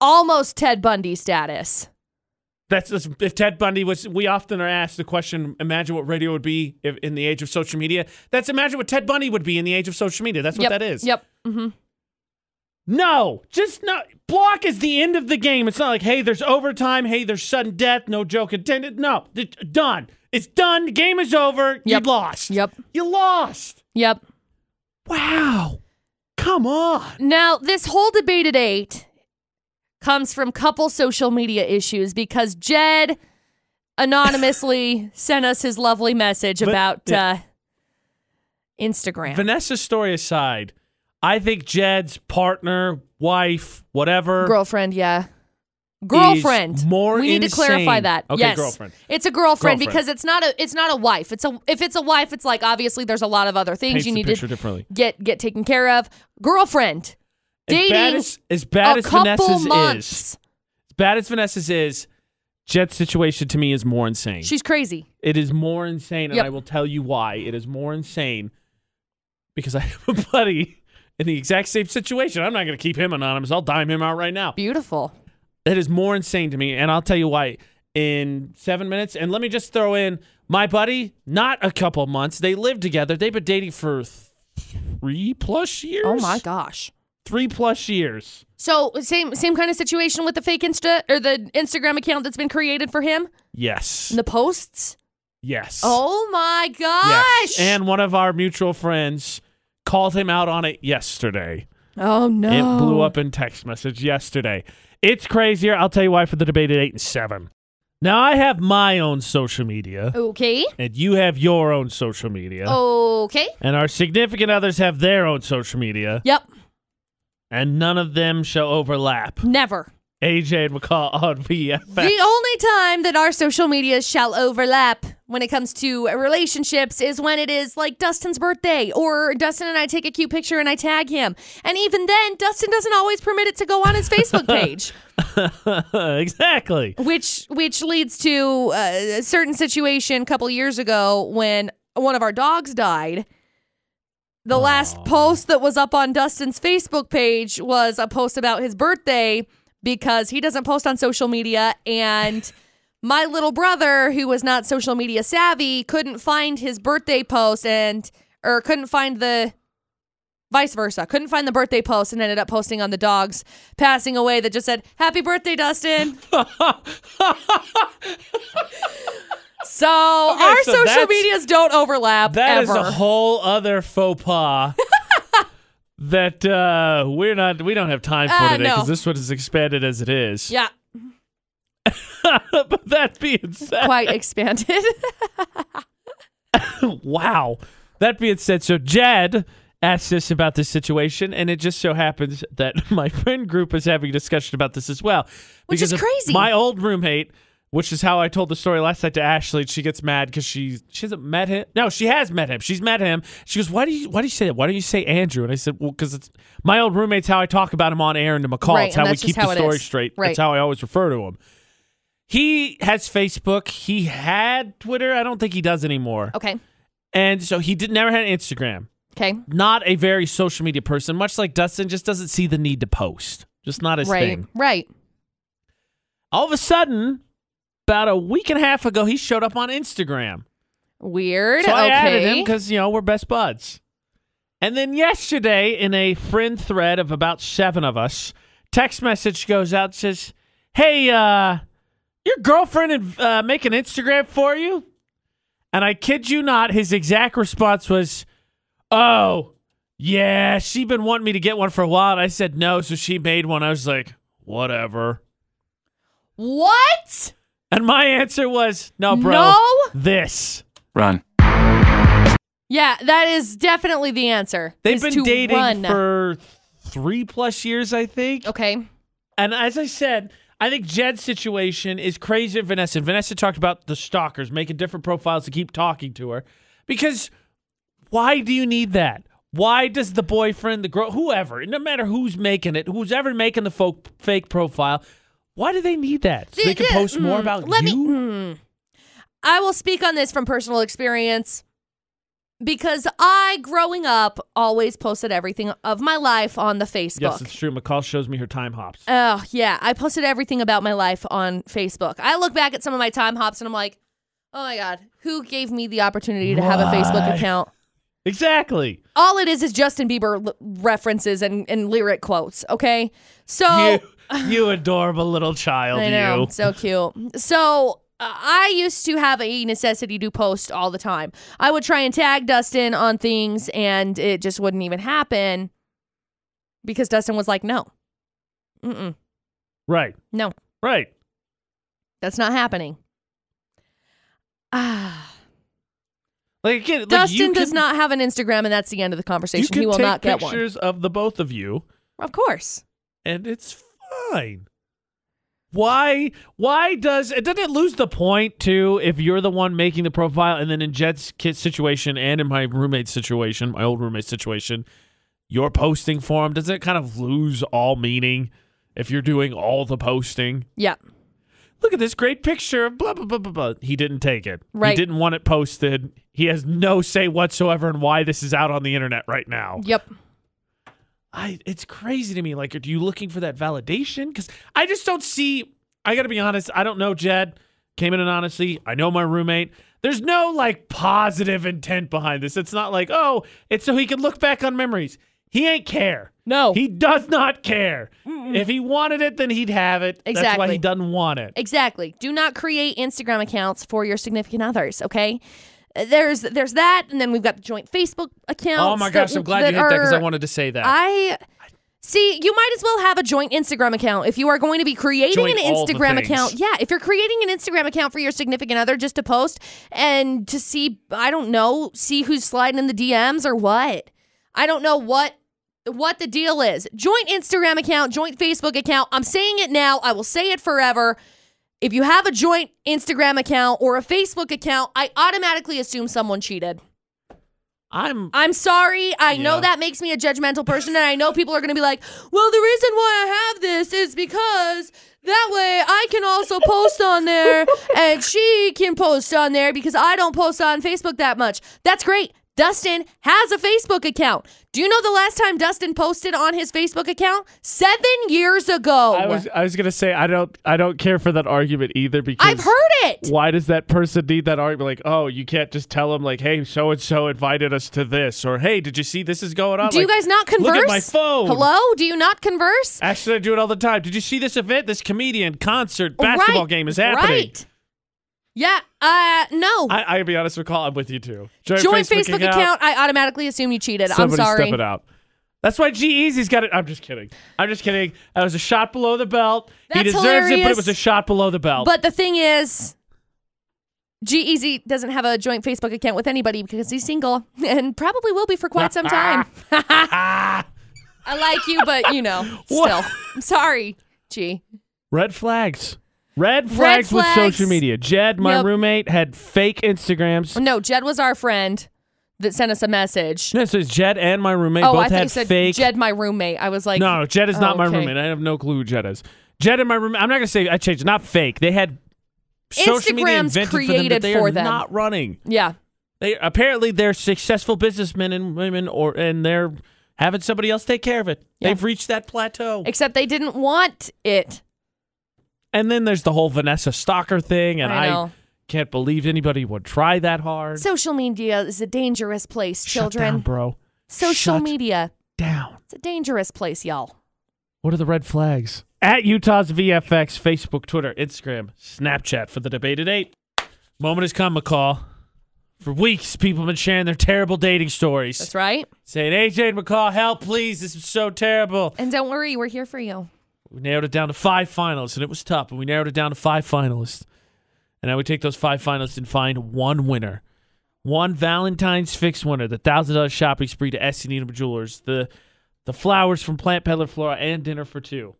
almost Ted Bundy status. That's that's- if Ted Bundy was. We often are asked the question: Imagine what radio would be if, in the age of social media. That's imagine what Ted Bundy would be in the age of social media. That's what yep. that is. Yep. hmm No, just not. Block is the end of the game. It's not like hey, there's overtime. Hey, there's sudden death. No joke intended. No, it's done. It's done. The game is over. Yep. You lost. Yep. You lost. Yep. Wow. Come on. Now, this whole debate at eight comes from couple social media issues because Jed anonymously sent us his lovely message But- about yeah. uh, Instagram. Vanessa's story aside, I think Jed's partner, wife, whatever, girlfriend, yeah. Girlfriend. more we need to clarify insane. that. Okay, yes. girlfriend. It's a girlfriend, Girlfriend. because it's not a it's not a wife. It's a if it's a wife, it's like obviously there's a lot of other things paints you the need picture to differently. get get taken care of. Girlfriend. As Dating bad as, as, bad a as couple Vanessa's months. is, as bad as Vanessa's is, Jet's situation to me is more insane. She's crazy. it is more insane, and Yep. I will tell you why. It is more insane because I have a buddy in the exact same situation. I'm not going to keep him anonymous. I'll dime him out right now. Beautiful. That is more insane to me, and I'll tell you why in seven minutes. And let me just throw in my buddy. Not a couple months. They lived together. They've been dating for three plus years. Oh my gosh. Three plus years. So same same kind of situation with the fake Insta or the Instagram account that's been created for him Yes. and the posts. Yes. Oh my gosh! Yes. And one of our mutual friends called him out on it yesterday. oh no, It blew up in text message yesterday. It's crazier. I'll tell you why for the debate at eight and seven. Now I have my own social media, Okay, and you have your own social media, Oh. okay, and our significant others have their own social media, yep, and none of them shall overlap. never. AJ and McCall on VFX. The only time that our social media shall overlap when it comes to relationships is when it is like Dustin's birthday or Dustin and I take a cute picture and I tag him. And even then, Dustin doesn't always permit it to go on his Facebook page, exactly. which which leads to uh, a certain situation a couple years ago when one of our dogs died. The last post that was up on Dustin's Facebook page was a post about his birthday because he doesn't post on social media and my little brother who was not social media savvy couldn't find his birthday post and or couldn't find the vice versa couldn't find the birthday post and ended up posting on the dogs passing away that just said happy birthday dustin so our so social that's- medias don't overlap That is ever a whole other faux pas that uh, we're not. We don't have time for Uh, today because no. this one is expanded as it is. yeah but that being said, quite expanded wow. That being said, so Jed asked us about this situation, and it just so happens that my friend group is having a discussion about this as well. Which is because of crazy. My old roommate, which is how I told the story last night to Ashley, and she gets mad because she she hasn't met him. No, she has met him. She's met him. She goes, "Why do you why do you say that? Why don't you say Andrew?" And I said, "Well, because it's my old roommate's how I talk about him on air and to McCall. Right, it's and how we that's just keep how the it story is. straight. Right. That's how I always refer to him." He has Facebook. He had Twitter. I don't think he does anymore. okay And so he did never had Instagram. okay Not a very social media person, much like Dustin, just doesn't see the need to post. Just not his right thing. right All of a sudden, about a week and a half ago, he showed up on Instagram. weird So I okay added him because, you know, we're best buds. And then yesterday, in a friend thread of about seven of us, text message goes out says, Hey, uh, your girlfriend uh, make an Instagram for you? And I kid you not, his exact response was, Oh, yeah, she been wanting me to get one for a while. And I said no, so she made one. I was like, Whatever. what And my answer was, No, bro. No? This. Run. Yeah, that is definitely the answer. They've is been to dating run. for three plus years, I think. Okay. And as I said, I think Jed's situation is crazier than Vanessa. Vanessa talked about the stalkers making different profiles to keep talking to her. Because why do you need that? Why does the boyfriend, the girl, whoever, no matter who's making it, who's ever making the folk, fake profile, why do they need that? So they can Th- th- post more mm, about let you? Me, mm. I will speak on this from personal experience because I, growing up, always posted everything of my life on the Facebook. yes, it's true. McCall shows me her time hops. Oh, yeah. I posted everything about my life on Facebook. I look back at some of my time hops and I'm like, oh my God, who gave me the opportunity to have a Facebook Right. account? exactly. All it is is Justin Bieber l- references and, and lyric quotes, okay? So. you, you adorable little child, Oh. I know, you. so cute. So uh, I used to have a necessity to post all the time. I would try and tag Dustin on things, and it just wouldn't even happen because Dustin was like, "No, Mm-mm, Right, no, right. that's not happening." Ah, Like again, like, Dustin you does can- not have an Instagram, and that's the end of the You conversation. can He will take not get one. pictures of the both of you, Of course, and it's fine. Why? Why does it? Doesn't it lose the point too if you're the one making the profile, and then in Jed's kid situation and in my roommate's situation, my old roommate's situation, you're posting for him? Doesn't it kind of lose all meaning if you're doing all the posting? yeah, Look at this great picture of blah blah blah blah blah. He didn't take it. He Right. didn't want it posted. He has no say whatsoever in why this is out on the internet right now. yep. I it's crazy to me. Like, are you looking for that validation? Because I just don't see. I gotta be honest. I don't know. Jed came in and honestly, I know my roommate. There's no like positive intent behind this. It's not like oh, it's so he can look back on memories. He ain't care. No, He does not care. If he wanted it, then he'd have it. That's why Exactly. he doesn't want it. Exactly. Do not create Instagram accounts for your significant others. Okay. There's there's that, and then we've got the joint Facebook accounts. Oh my gosh, that- I'm glad you hit that because I are- wanted to say that. I see. You might as well have a joint Instagram account if you are going to be creating Joint an all the Instagram things. account. Yeah, if you're creating an Instagram account for your significant other just to post and to see, I don't know, see who's sliding in the DMs or what. I don't know what what the deal is. Joint Instagram account, joint Facebook account. I'm saying it now. I will say it forever If you have a joint Instagram account or a Facebook account, I automatically assume someone cheated. I'm I'm sorry. I Yeah. know that makes me a judgmental person, and I know people are going to be like, well, the reason why I have this is because that way I can also post on there and she can post on there because I don't post on Facebook that much. That's great. Dustin has a Facebook account. Do you know the last time Dustin posted on his Facebook account? Seven years ago. I was I was gonna say I don't I don't care for that argument either because I've heard it. Why does that person need that argument? Like, oh, you can't just tell them like, hey, so and so invited us to this, or hey, did you see this is going on? Do you Like, guys not Look converse? at my phone. Hello? Do you not converse? actually I do it all the time. Did you see this event? This comedian concert basketball Oh, Right, game is happening. Right. Yeah. Uh, no. I, I gotta be honest, McCall, I'm with you too. Join, Joint Facebook, account, I automatically assume you cheated. Somebody I'm sorry. step it out. That's why G Easy's got it. I'm just kidding. I'm just kidding. That was a shot below the belt. he That's deserves it, but it hilarious. was a shot below the belt. But the thing is, G Easy doesn't have a joint Facebook account with anybody because he's single and probably will be for quite some time. I like you, but you know, still. I'm sorry, G. Red flags. Red flags, with flags. social media. Jed, my Yep. roommate, had fake Instagrams. No, Jed was our friend that sent us a message. No, so it's Jed and my roommate oh, both I thought had you said fake. Jed, my roommate. I was like, no, no, Jed is not Oh, my okay. roommate. I have no clue who Jed is. Jed and my roommate. I'm not gonna say I changed. it. Not fake. They had social media Instagrams invented for them that created they for are them. not running. Yeah. They apparently they're successful businessmen and women, or and they're having somebody else take care of it. Yeah. They've reached that plateau. Except they didn't want it. and then there's the whole Vanessa Stalker thing, and I I, know. can't believe anybody would try that hard. Social media is a dangerous place, Shut children. down, bro. Social Shut media. down. It's a dangerous place, y'all. What are the red flags? At Utah's VFX, Facebook, Twitter, Instagram, Snapchat for the debate at eight. Moment has come, McCall. For weeks, people have been sharing their terrible dating stories. That's right. Saying, AJ and McCall, help, please. This is so terrible. And don't worry, we're here for you. We narrowed it down to five finalists, and it was tough, but we narrowed it down to five finalists. And now we take those five finalists and find one winner. One Valentine's Fix winner, the $1,000 shopping spree to S. Needham Jewelers, the, the flowers from Plant Peddler Flora, and dinner for two.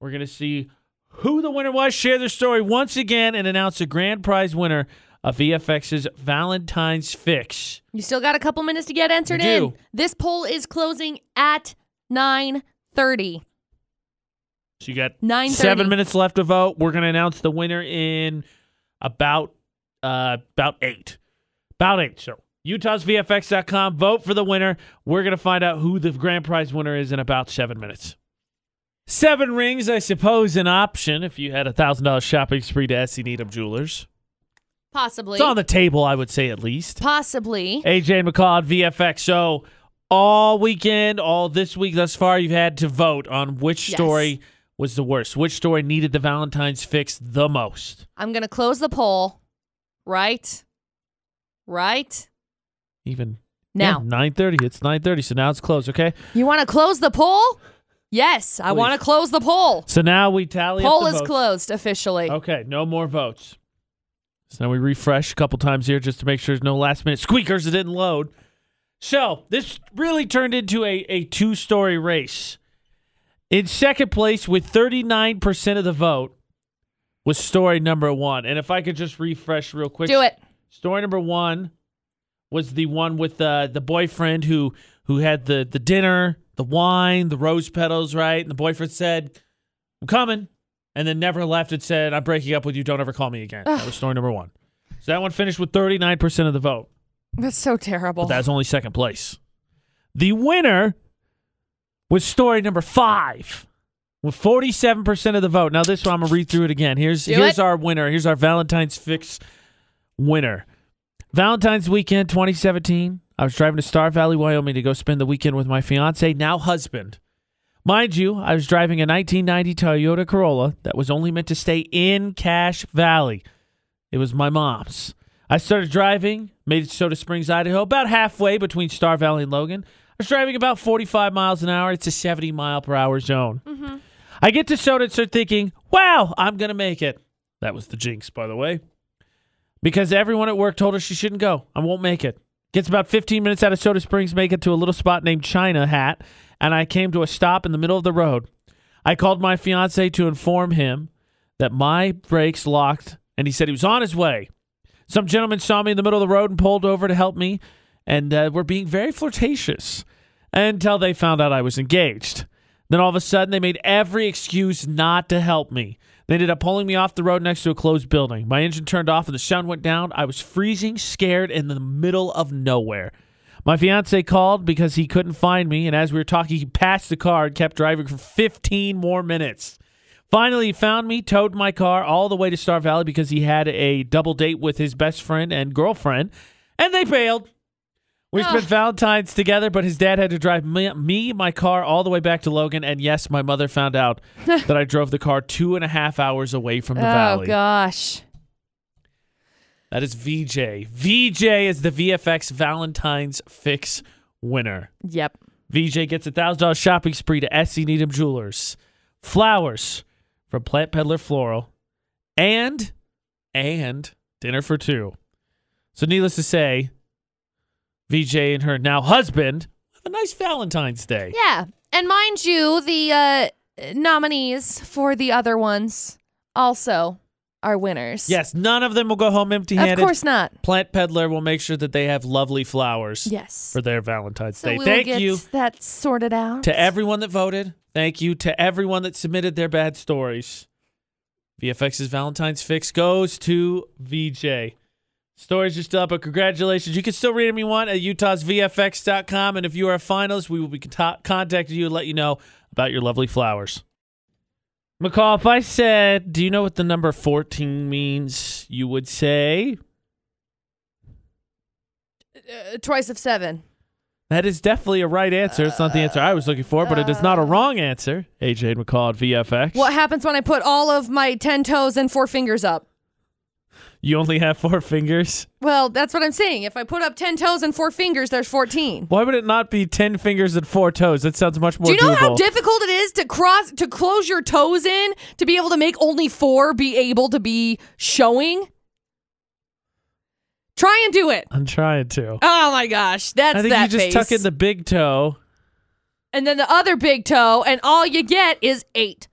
We're going to see who the winner was, share their story once again, and announce the grand prize winner of VFX's Valentine's Fix. You still got a couple minutes to get entered We in. do. This poll is closing at 9:30. So you got 9:30. seven minutes left to vote. We're gonna announce the winner in about uh about eight. About eight. So Utah's VFX.com, vote for the winner. We're gonna find out who the grand prize winner is in about seven minutes. Seven rings, I suppose, an option if you had a thousand dollar shopping spree to SC Needham Jewelers. Possibly. It's on the table, I would say at least. Possibly. AJ McCall at VFX. So all weekend, all this week thus far, you've had to vote on which Yes. story was the worst, which story needed the Valentine's fix the most. I'm going to close the poll. Right? Right? Even Now. nine thirty. It's nine thirty, so now it's closed. Okay, You want to close the poll? Yes, I Please. want to close the poll. so now we tally. up Poll the is votes. Oh, closed officially. Okay, no more votes. So now we refresh a couple times here just to make sure there's no last minute squeakers that didn't load. So this really turned into a, a two story race. In second place with 39% of the vote was story number one. And if I could just refresh real quick. Do it. Story number one was the one with uh, the boyfriend who who had the, the dinner, the wine, the rose petals, right? And the boyfriend said, I'm coming. And then never left and said, I'm breaking up with you. Don't ever call me again. That was story number one. So that one finished with 39% of the vote. That's so terrible. But that was only second place. The winner was story number five with 47% of the vote. Now, this one, I'm going to read through it again. Here's, Do here's it. our winner. Here's our Valentine's Fix winner. Valentine's weekend 2017. I was driving to Star Valley, Wyoming to go spend the weekend with my fiance, now husband. Mind you, I was driving a 1990 Toyota Corolla that was only meant to stay in Cache Valley. It was my mom's. I started driving, made it to Soda Springs, Idaho, about halfway between Star Valley and Logan. I was driving about 45 miles an hour. It's a 70 mile per hour zone. I get to Soda and start thinking, wow, I'm going to make it. That was the jinx, by the way. Because everyone at work told her she shouldn't go. I won't make it. Gets about 15 minutes out of Soda Springs, make it to a little spot named China Hat, and I came to a stop in the middle of the road. I called my fiance to inform him that my brakes locked and he said he was on his way. Some gentleman saw me in the middle of the road and pulled over to help me and uh, were being very flirtatious until they found out I was engaged. Then all of a sudden, they made every excuse not to help me. They ended up pulling me off the road next to a closed building. My engine turned off and the sun went down. I was freezing, scared, in the middle of nowhere. My fiance called because he couldn't find me, and as we were talking, he passed the car and kept driving for 15 more minutes. Finally, he found me, towed my car all the way to Star Valley because he had a double date with his best friend and girlfriend, and they bailed. We Ugh. spent Valentine's together, but his dad had to drive me, me, my car, all the way back to Logan. And yes, my mother found out that I drove the car two and a half hours away from the Oh valley. gosh. That is VJ. VJ is the VFX Valentine's Fix winner. Yep. VJ gets a thousand dollar shopping spree to Essie Needham Jewelers, flowers from Plant Peddler Floral, and and dinner for two. So, needless to say, VJ and her now husband have a nice Valentine's Day. Yeah. And mind you, the uh, nominees for the other ones also are winners. Yes, none of them will go home empty-handed. Of course not. Plant Peddler will make sure that they have lovely flowers Yes. for their Valentine's so Day. we'll Thank get you. that sorted out. to everyone that voted. Thank you to everyone that submitted their bad stories. VFX's Valentine's Fix goes to VJ. Stories are still up, but congratulations. You can still read them you want at utahsvfx.com. And if you are a finalist, we will be cont- contacting you and let you know about your lovely flowers. McCall, if I said, do you know what the number 14 means? You would say, Uh, twice of seven. That is definitely a right answer. It's not the answer I was looking for, but it is not a wrong answer. AJ and McCall at VFX. What happens when I put all of my 10 toes and four fingers up? You only have four fingers. Well, that's what I'm saying. If I put up 10 toes and four fingers, there's 14. Why would it not be ten fingers and four toes? That sounds much more Do you know doable. how difficult it is to cross to close your toes in to be able to make only 4 be able to be showing? Try and do it. I'm trying to. Oh my gosh, that's I think that you just face. tuck in the big toe. and then the other big toe, and all you get is eight.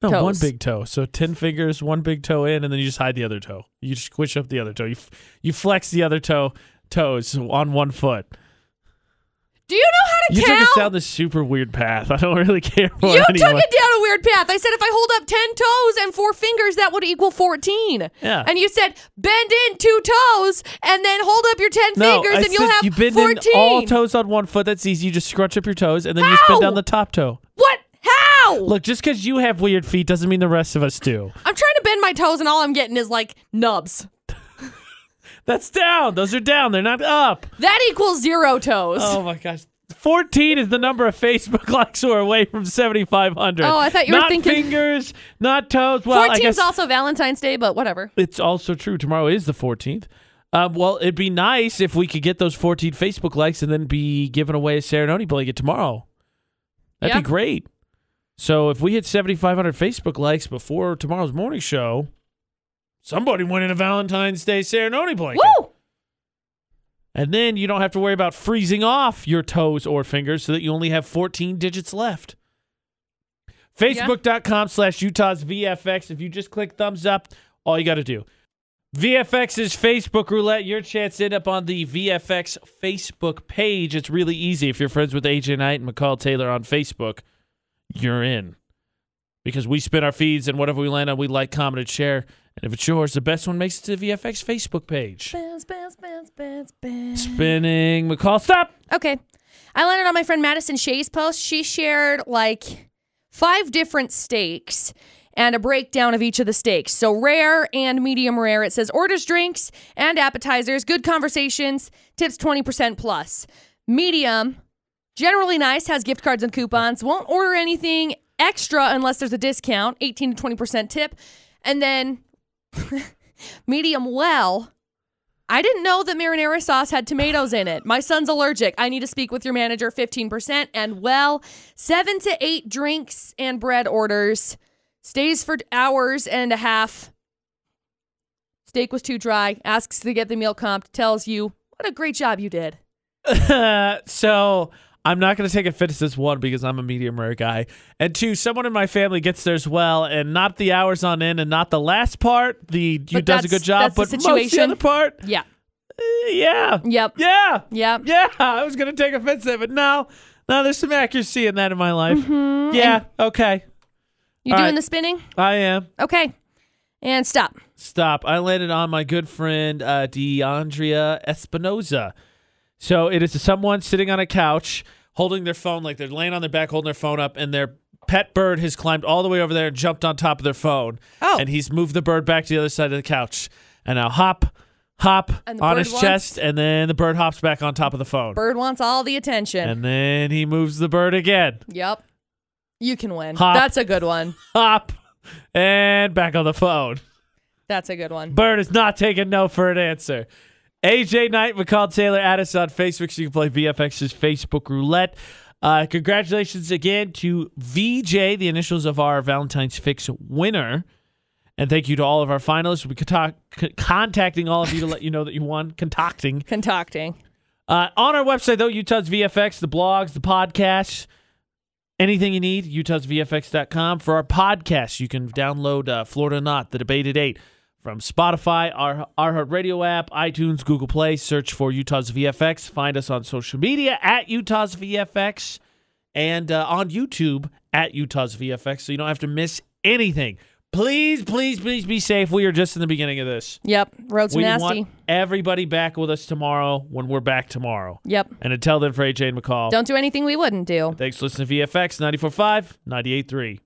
No, one Toes. big toe. So ten fingers, one big toe in, and then you just hide the other toe. You just squish up the other toe. You f- you flex the other toe toes on one foot. Do you know how to You count? took us down this super weird path. I don't really care for you took anyone. it down a weird path. I said if I hold up ten toes and four fingers, that would equal fourteen. Yeah. And you said bend in two toes and then hold up your ten no, fingers, I and you'll said have you bend in fourteen. all toes on one foot. That's easy. You just scrunch up your toes, and then you spin How? down the top toe. what? How? Look, just because you have weird feet doesn't mean the rest of us do. I'm trying to bend my toes, and all I'm getting is like nubs. That's down. Those are down. They're not up. That equals zero toes. Oh my gosh. 14 is the number of Facebook likes who are away from 7,500. Oh, I thought you were Not thinking- fingers, not toes. Well, I 14 guess is also Valentine's Day, but whatever. it's also true. Tomorrow is the 14th. Um, well, it'd be nice if we could get those 14 Facebook likes and then be giving away a Serenoni blanket tomorrow. That'd Yeah. be great. So if we hit 7,500 Facebook likes before tomorrow's morning show, somebody winning a Valentine's Day Serenoni blanket. Woo! And then you don't have to worry about freezing off your toes or fingers so that you only have 14 digits left. Facebook.com slash Utah's VFX. If you just click thumbs up, all you got to do. VFX's Facebook roulette. Your chance to end up on the VFX Facebook page. It's really easy. If you're friends with AJ Knight and McCall Taylor on Facebook, you're in. Because we spin our feeds and whatever we land on, we like, comment, and share. And if it's yours, the best one makes it to the VFX Facebook page. Spin, spin, spin, spin, spin. Spinning McCall. Stop. Okay. I landed on my friend Madison Shea's post. She shared like five different steaks and a breakdown of each of the steaks. So rare and medium rare. It says orders, drinks, and appetizers, good conversations, tips 20% plus. Medium, generally nice, has gift cards and coupons, won't order anything extra unless there's a discount, 18 to 20% tip. And then medium well. I didn't know that marinara sauce had tomatoes in it. My son's allergic. I need to speak with your manager 15%. And well, seven to eight drinks and bread orders. Stays for hours and a half. Steak was too dry. Asks to get the meal comped. Tells you, what a great job you did. so I'm not going to take offense to this one because I'm a medium rare guy. And two, someone in my family gets theirs well, and not the hours on end, and not the last part. The you does a that's- good job, that's but the most the situation. other part, Yeah. eh, yeah, Yep. yeah, Yep. yeah. I was going to take offense to that, but now, now there's some accuracy in that in my life. Mm-hmm. Yeah, okay, You All doing right. the spinning? I am. Okay. And stop. Stop. I landed on my good friend uh, DeAndrea Espinoza. So it is someone sitting on a couch holding their phone, like they're laying on their back holding their phone up, and their pet bird has climbed all the way over there and jumped on top of their phone. Oh. And he's moved the bird back to the other side of the couch. And now hop, hop And the on bird his wants- chest, and then the bird hops back on top of the phone. Bird wants all the attention. And then he moves the bird again. yep. You can win. Hop. That's a good one. Hop, and back on the phone. That's a good one. Bird is not taking no for an answer. AJ Knight, McCall Taylor, add us on Facebook so you can play VFX's Facebook Roulette. Uh, congratulations again to VJ, the initials of our Valentine's Fix winner. And thank you to all of our finalists. We'll be contact- c- contacting all of you to let you know that you won. Contacting. Concocting. Uh, on our website, though, Utah's VFX, the blogs, the podcasts, anything you need, utahsvfx.com. For our podcasts, you can download uh, Florida Not, The Debate at 8 from Spotify, our, our Heart Radio app, iTunes, Google Play. Search for Utah's VFX. Find us on social media at Utah's VFX and uh, on YouTube at Utah's VFX so you don't have to miss anything. Please, please, please be safe. We are just in the beginning of this. Yep. Roads we nasty. want everybody back with us tomorrow when we're back tomorrow. Yep. And until then, for AJ and McCall, Don't do anything we wouldn't do. thanks for listening to VFX 94.5, 98.3.